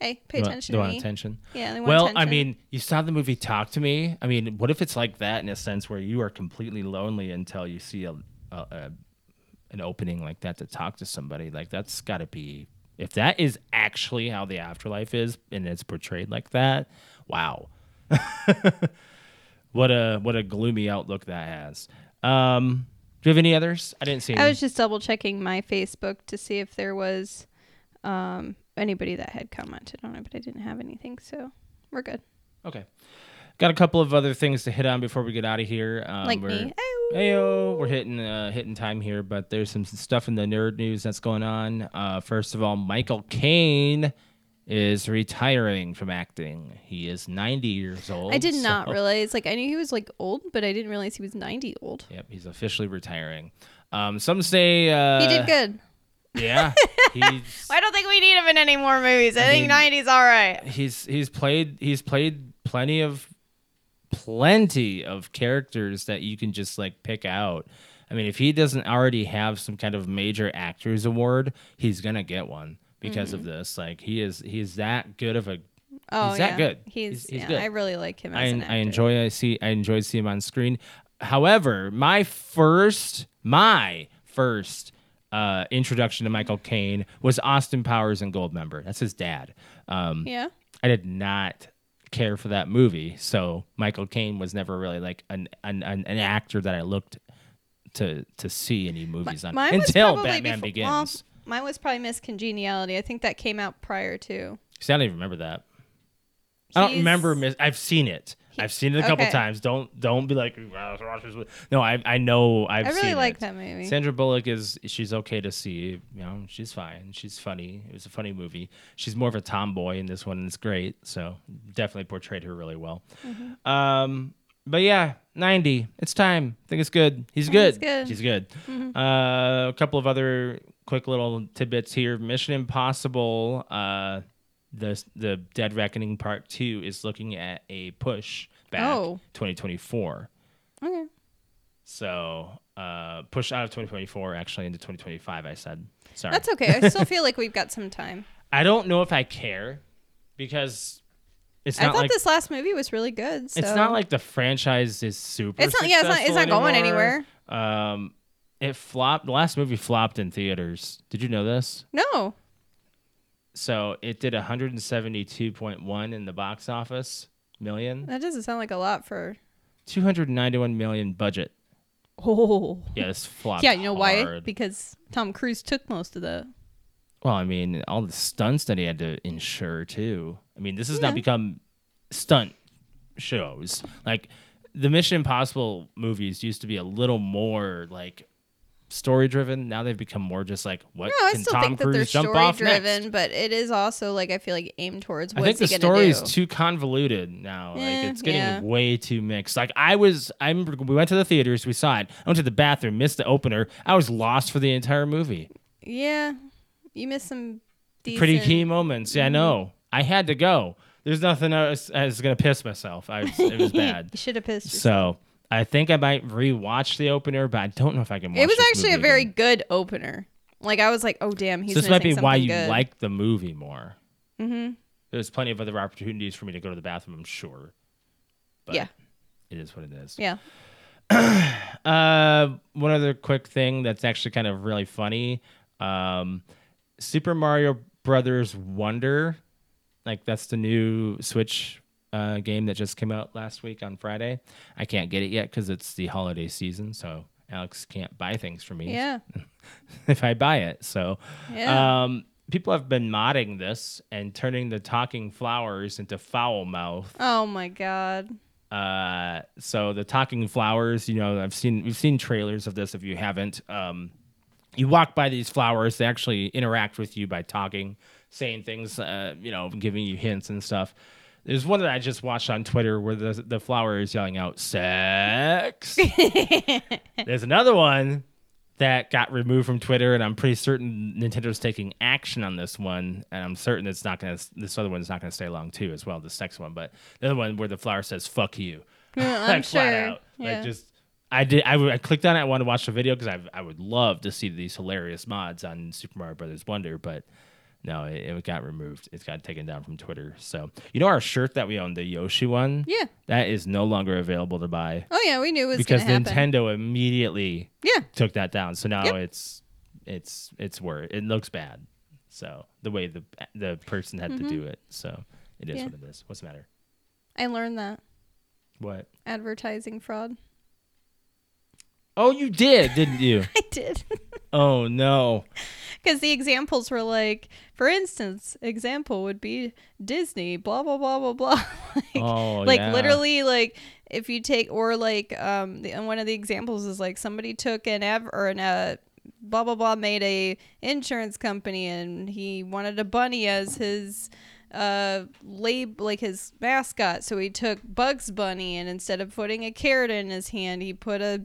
hey pay attention they to want me attention. yeah they want Well, I attention. mean, you saw the movie Talk to Me. I mean, what if it's like that in a sense where you are completely lonely until you see a, a, a an opening like that to talk to somebody? Like that's got to be if that is actually how the afterlife is and it's portrayed like that. Wow. what a what a gloomy outlook that has. Um do you have any others? I didn't see any. i was just double checking my facebook to see if there was um anybody that had commented on it but i didn't have anything so we're good Okay. Got a couple of other things to hit on before we get out of here. Um, like we're- me Ow. Heyo, we're hitting uh, hitting time here, but there's some stuff in the nerd news that's going on. Uh, first of all, Michael Caine is retiring from acting. He is 90 years old. I did not so- realize. Like I knew he was like old, but I didn't realize he was ninety old. Yep, he's officially retiring. Um, some say uh, he did good. Yeah, he's I don't think we need him in any more movies. I, mean- think ninety's all right. he's he's played he's played plenty of plenty of characters that you can just like pick out. I mean, if he doesn't already have some kind of major actors award, he's gonna get one because Mm-hmm. of this. Like he is he's that good of a Oh He's that yeah, good. He's, He's- he's yeah, good. I really like him as I, an actor. I enjoy I see I enjoy seeing him on screen. However, my first my first uh, introduction to Michael Caine was Austin Powers and Goldmember. That's his dad. Um, Yeah. I did not care for that movie. So Michael Caine was never really like an an, an, an actor that I looked to to see any movies on Mine was until probably Batman befo- Begins. well, mine was probably Miss Congeniality. I think that came out prior to. See, I don't even remember that. I don't He's- remember. Miss- I've seen it. He- I've seen it a couple okay. times. Don't don't be like "Ross- Ross is with-" no. I I know I've I really seen like it. that movie. Sandra Bullock is she's okay to see. You know, she's fine. She's funny. It was a funny movie. She's more of a tomboy in this one, and it's great. So definitely portrayed her really well. Mm-hmm. Um, but yeah, ninety. It's time. I think it's good. He's good. it's good. Mm-hmm. He's good. Uh, a couple of other quick little tidbits here. Mission Impossible. Uh, the the Dead Reckoning Part Two is looking at a push back Oh. 2024. Okay. So uh push out of 2024 actually into 2025 I said. Sorry. That's okay. I still feel like we've got some time. I don't know if I care because it's I not thought like this last movie was really good. So. it's not like the franchise is super It's not- yeah, it's not- it's successful not going anymore. Um it flopped the last movie flopped in theaters. Did you know this? no. So it did 172.1 in the box office million. That doesn't sound like a lot for. 291 million budget. Oh. Yeah, this flopped. Yeah, you know why? hard. Because Tom Cruise took most of the. Well, I mean, all the stunts that he had to insure too. I mean, this has not become stunt shows. Like the Mission Impossible movies used to be a little more like story driven. Now they've become more just like what No, I can still Tom think that Cruise they're jump story off driven, next? but it is also like I feel like aimed towards I what's think the he story gonna is do. too convoluted now. Eh, like it's getting yeah. way too mixed. Like I was, I remember we went to the theaters, we saw it. I went to the bathroom, missed the opener. I was lost for the entire movie. yeah, you missed some. Decent, pretty key moments. Mm-hmm. Yeah, I know. I had to go. There's nothing else. I was gonna piss myself. I was, it was bad. You should have pissed. yourself. So I think I might rewatch the opener, but I don't know if I can. Watch it was this actually a movie very again. good opener. Like I was like, oh damn, he's So this might be missing why something you good. like the movie more. Mm-hmm. There's plenty of other opportunities for me to go to the bathroom. I'm sure. But Yeah. It is what it is. Yeah. Uh, one other quick thing that's actually kind of really funny. Um, Super Mario Brothers Wonder, like that's the new Switch uh, game that just came out last week on Friday. I can't get it yet because it's the holiday season, so Alex can't buy things for me Yeah. if I buy it. So, Yeah. um, people have been modding this and turning the talking flowers into foul mouth. Oh my god. Uh, so the talking flowers, you know, I've seen we've seen trailers of this. If you haven't, um, you walk by these flowers, they actually interact with you by talking, saying things, uh, you know, giving you hints and stuff. There's one that I just watched on Twitter where the the flower is yelling out "sex." There's another one that got removed from Twitter, and I'm pretty certain Nintendo's taking action on this one, and I'm certain it's not gonna. This other one's not gonna stay long too, as well. The sex one, but the other one where the flower says "fuck you," Yeah, I'm like flat sure. out, Yeah. like just. I did. I, w- I clicked on it. I wanted to watch the video because I I would love to see these hilarious mods on Super Mario Brothers Wonder, but no, it, it got removed. It got taken down from Twitter. So you know our shirt that we own, the Yoshi one, Yeah. that is no longer available to buy Oh yeah, we knew it was because gonna happen. Nintendo immediately yeah. took that down. So now Yep. it's it's it's wor It looks bad. So the way the the person had to do it. So it is Mm-hmm. Yeah. what it is. What's the matter? I learned that What? advertising fraud. Oh, you did, didn't you? I did. oh no. Because the examples were like, for instance, example would be Disney, blah blah blah blah blah. like, Oh, like yeah. literally, like if you take or like um, the, and one of the examples is like somebody took an av or an uh, blah blah blah made a insurance company and he wanted a bunny as his uh lab like his mascot so he took bugs bunny and instead of putting a carrot in his hand he put a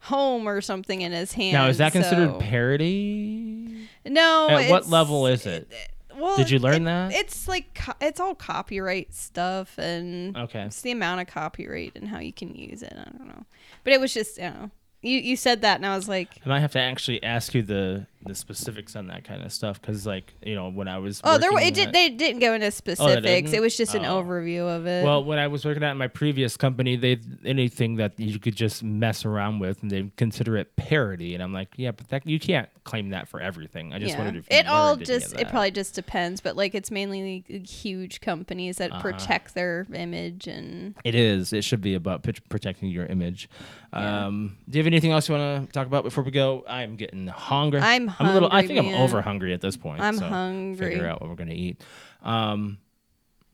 home or something in his hand Now is that considered so- parody? no At what it's- level is it? well, Did you learn it- that? It's like co- it's all copyright stuff and Okay. it's the amount of copyright and how you can use it. I don't know, but it was just you know you you said that and I was like, I might have to actually ask you the the specifics on that kind of stuff because, like, you know, when I was oh, there wa- working it did at- they didn't go into specifics. it didn't? was just an Oh. overview of it. Well, when I was working at my previous company, they anything that you could just mess around with, and they consider it parody. And I'm like, yeah, but that you can't claim that for everything. I just yeah. wondered if you it all learned any of just that. it probably just depends, but like it's mainly like, huge companies that Uh-huh. protect their image and it is. It should be about pitch- protecting your image. Um, do you have anything else you want to talk about before we go? I'm getting hungry. I'm a little. I hungry, think man. I'm over hungry at this point. I'm so hungry. Figure out what we're gonna eat. Um,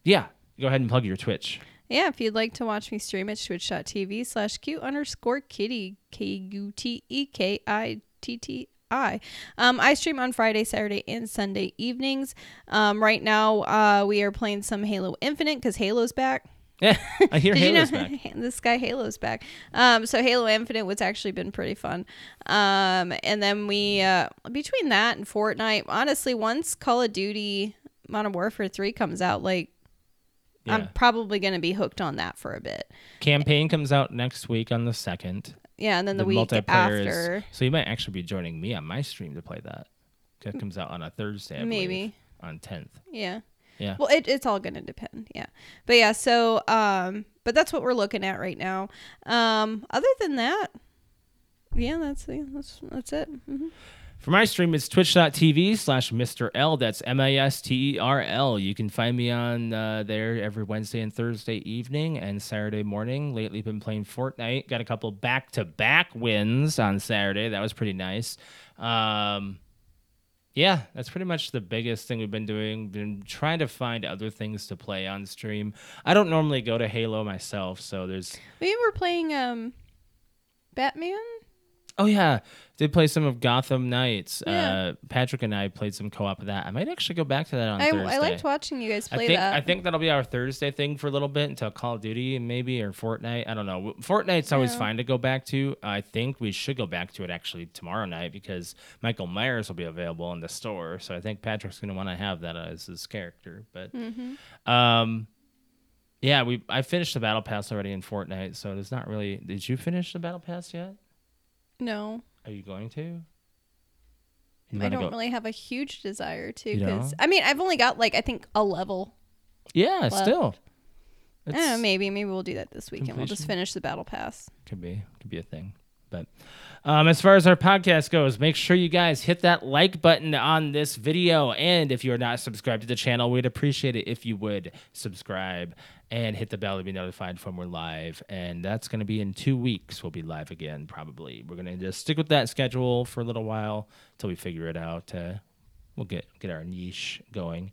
yeah, go ahead and plug your Twitch. Yeah, if you'd like to watch me stream, it's twitch.tv slash q underscore kitty, K U T E K I T T I. Um, I stream on Friday, Saturday, and Sunday evenings. Um, right now, uh, we are playing some Halo Infinite because Halo's back. Yeah, I hear Halo's back. this guy Halo's back? Um, so Halo Infinite was actually been pretty fun. Um, and then we uh, between that and Fortnite, honestly, once Call of Duty Modern Warfare Three comes out, like Yeah. I'm probably gonna be hooked on that for a bit. Campaign comes out next week on the second. Yeah, and then the, the week multiplayer is- after, so you might actually be joining me on my stream to play that. 'Cause It comes out on a Thursday, I believe, Maybe. on tenth. yeah. Yeah. Well, it, it's all going to depend. Yeah. But yeah, so, um, but that's what we're looking at right now. Um, other than that, yeah, that's, yeah, that's, that's it. hmm For my stream, it's twitch.tv slash Mr. L. That's M I S T E R L. You can find me on uh, there every Wednesday and Thursday evening and Saturday morning. Lately, been playing Fortnite. Got a couple back to back wins on Saturday. That was pretty nice. Um, yeah, that's pretty much the biggest thing we've been doing. Been trying to find other things to play on stream. I don't normally go to Halo myself, so there's. We were playing, um, Batman. Oh yeah, did play some of Gotham Knights. Yeah. Uh, Patrick and I played some co-op of that. I might actually go back to that on I, Thursday. I liked watching you guys I play think that. I think that'll be our Thursday thing for a little bit until Call of Duty and maybe or Fortnite. I don't know. Fortnite's always Yeah. fine to go back to. I think we should go back to it actually tomorrow night because Michael Myers will be available in the store. So I think Patrick's going to want to have that as his character. But Mm-hmm. um, yeah, we I finished the battle pass already in Fortnite, so there's not really. Did you finish the battle pass yet? no, Are you going to? You I wanna don't go- really have a huge desire to, You because don't? I mean, I've only got like, I think a level. Yeah, Well, still. I don't know, maybe, maybe we'll do that this weekend. We'll just completion. finish the battle pass. could be could be a thing but um, as far as our podcast goes make sure you guys hit that like button on this video and if you're not subscribed to the channel we'd appreciate it if you would subscribe and hit the bell to be notified when we're live and that's going to be in two weeks we'll be live again probably we're going to just stick with that schedule for a little while until we figure it out uh, we'll get get our niche going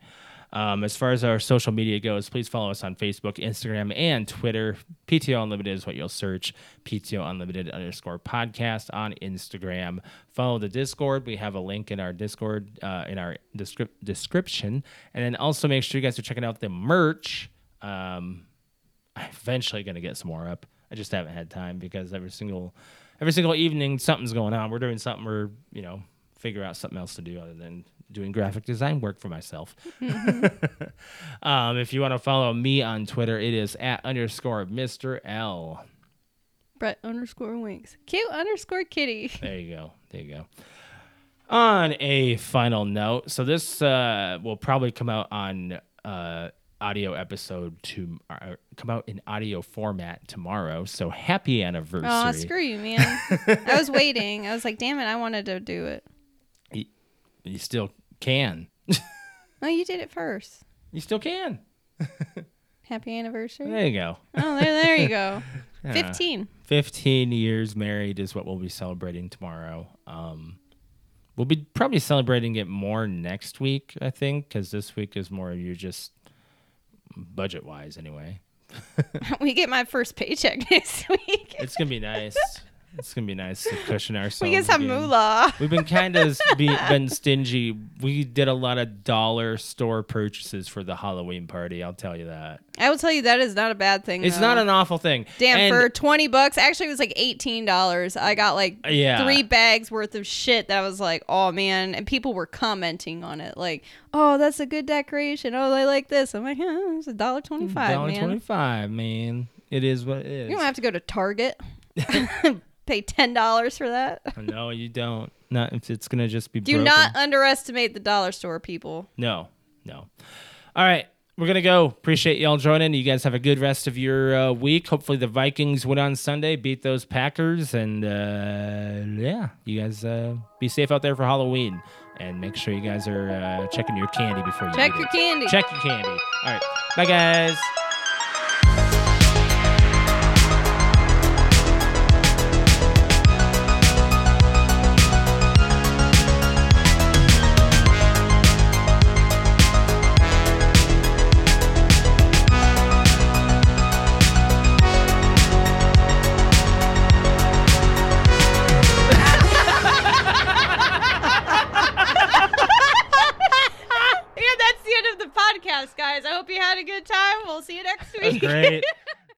um, as far as our social media goes, please follow us on Facebook, Instagram, and Twitter. PTO Unlimited is what you'll search. PTO Unlimited underscore podcast on Instagram. Follow the Discord. We have a link in our Discord uh, in our descrip- description, and then also make sure you guys are checking out the merch. Um, I'm eventually gonna get some more up. I just haven't had time because every single every single evening something's going on. We're doing something. We're you know figure out something else to do other than doing graphic design work for myself. um, if you want to follow me on Twitter, it is at underscore Mr. L. Brett underscore winks. Q underscore kitty. There you go. There you go. On a final note, so this uh, will probably come out on uh, audio episode to uh, come out in audio format tomorrow. So happy anniversary! Oh, screw you, man. I was waiting. I was like, damn it, I wanted to do it. you still can. Oh, you did it first. You still can. Happy anniversary. There you go. Oh, there, there you go. 15. 15 years married is what we'll be celebrating tomorrow. Um, we'll be probably celebrating it more next week, I think, because this week is more you just budget wise, anyway. We get my first paycheck next week. It's gonna be nice. it's gonna be nice to cushion ourselves. We get some again. moolah. We've been kind of be, been stingy. We did a lot of dollar store purchases for the Halloween party. I'll tell you that. I will tell you, that is not a bad thing. It's though. not an awful thing. Damn, And- for 20 bucks, actually, it was like $18. I got like Uh, Yeah. three bags worth of shit that I was like, oh, man. And people were commenting on it, like, oh, that's a good decoration. Oh, they like this. I'm like, huh, it's a dollar twenty-five, dollar man. twenty five, man. It is what it is. You don't have to go to Target. Pay ten dollars for that. No, you don't. Not if it's gonna just be. Do broken. not underestimate the dollar store people. No, no. All right, we're gonna go. Appreciate y'all joining. You guys have a good rest of your uh, week. Hopefully the Vikings win on Sunday, beat those Packers, and uh, yeah, you guys uh, be safe out there for Halloween, and make sure you guys are uh, checking your candy before you Check eat your it. candy. Check your candy. All right, bye guys.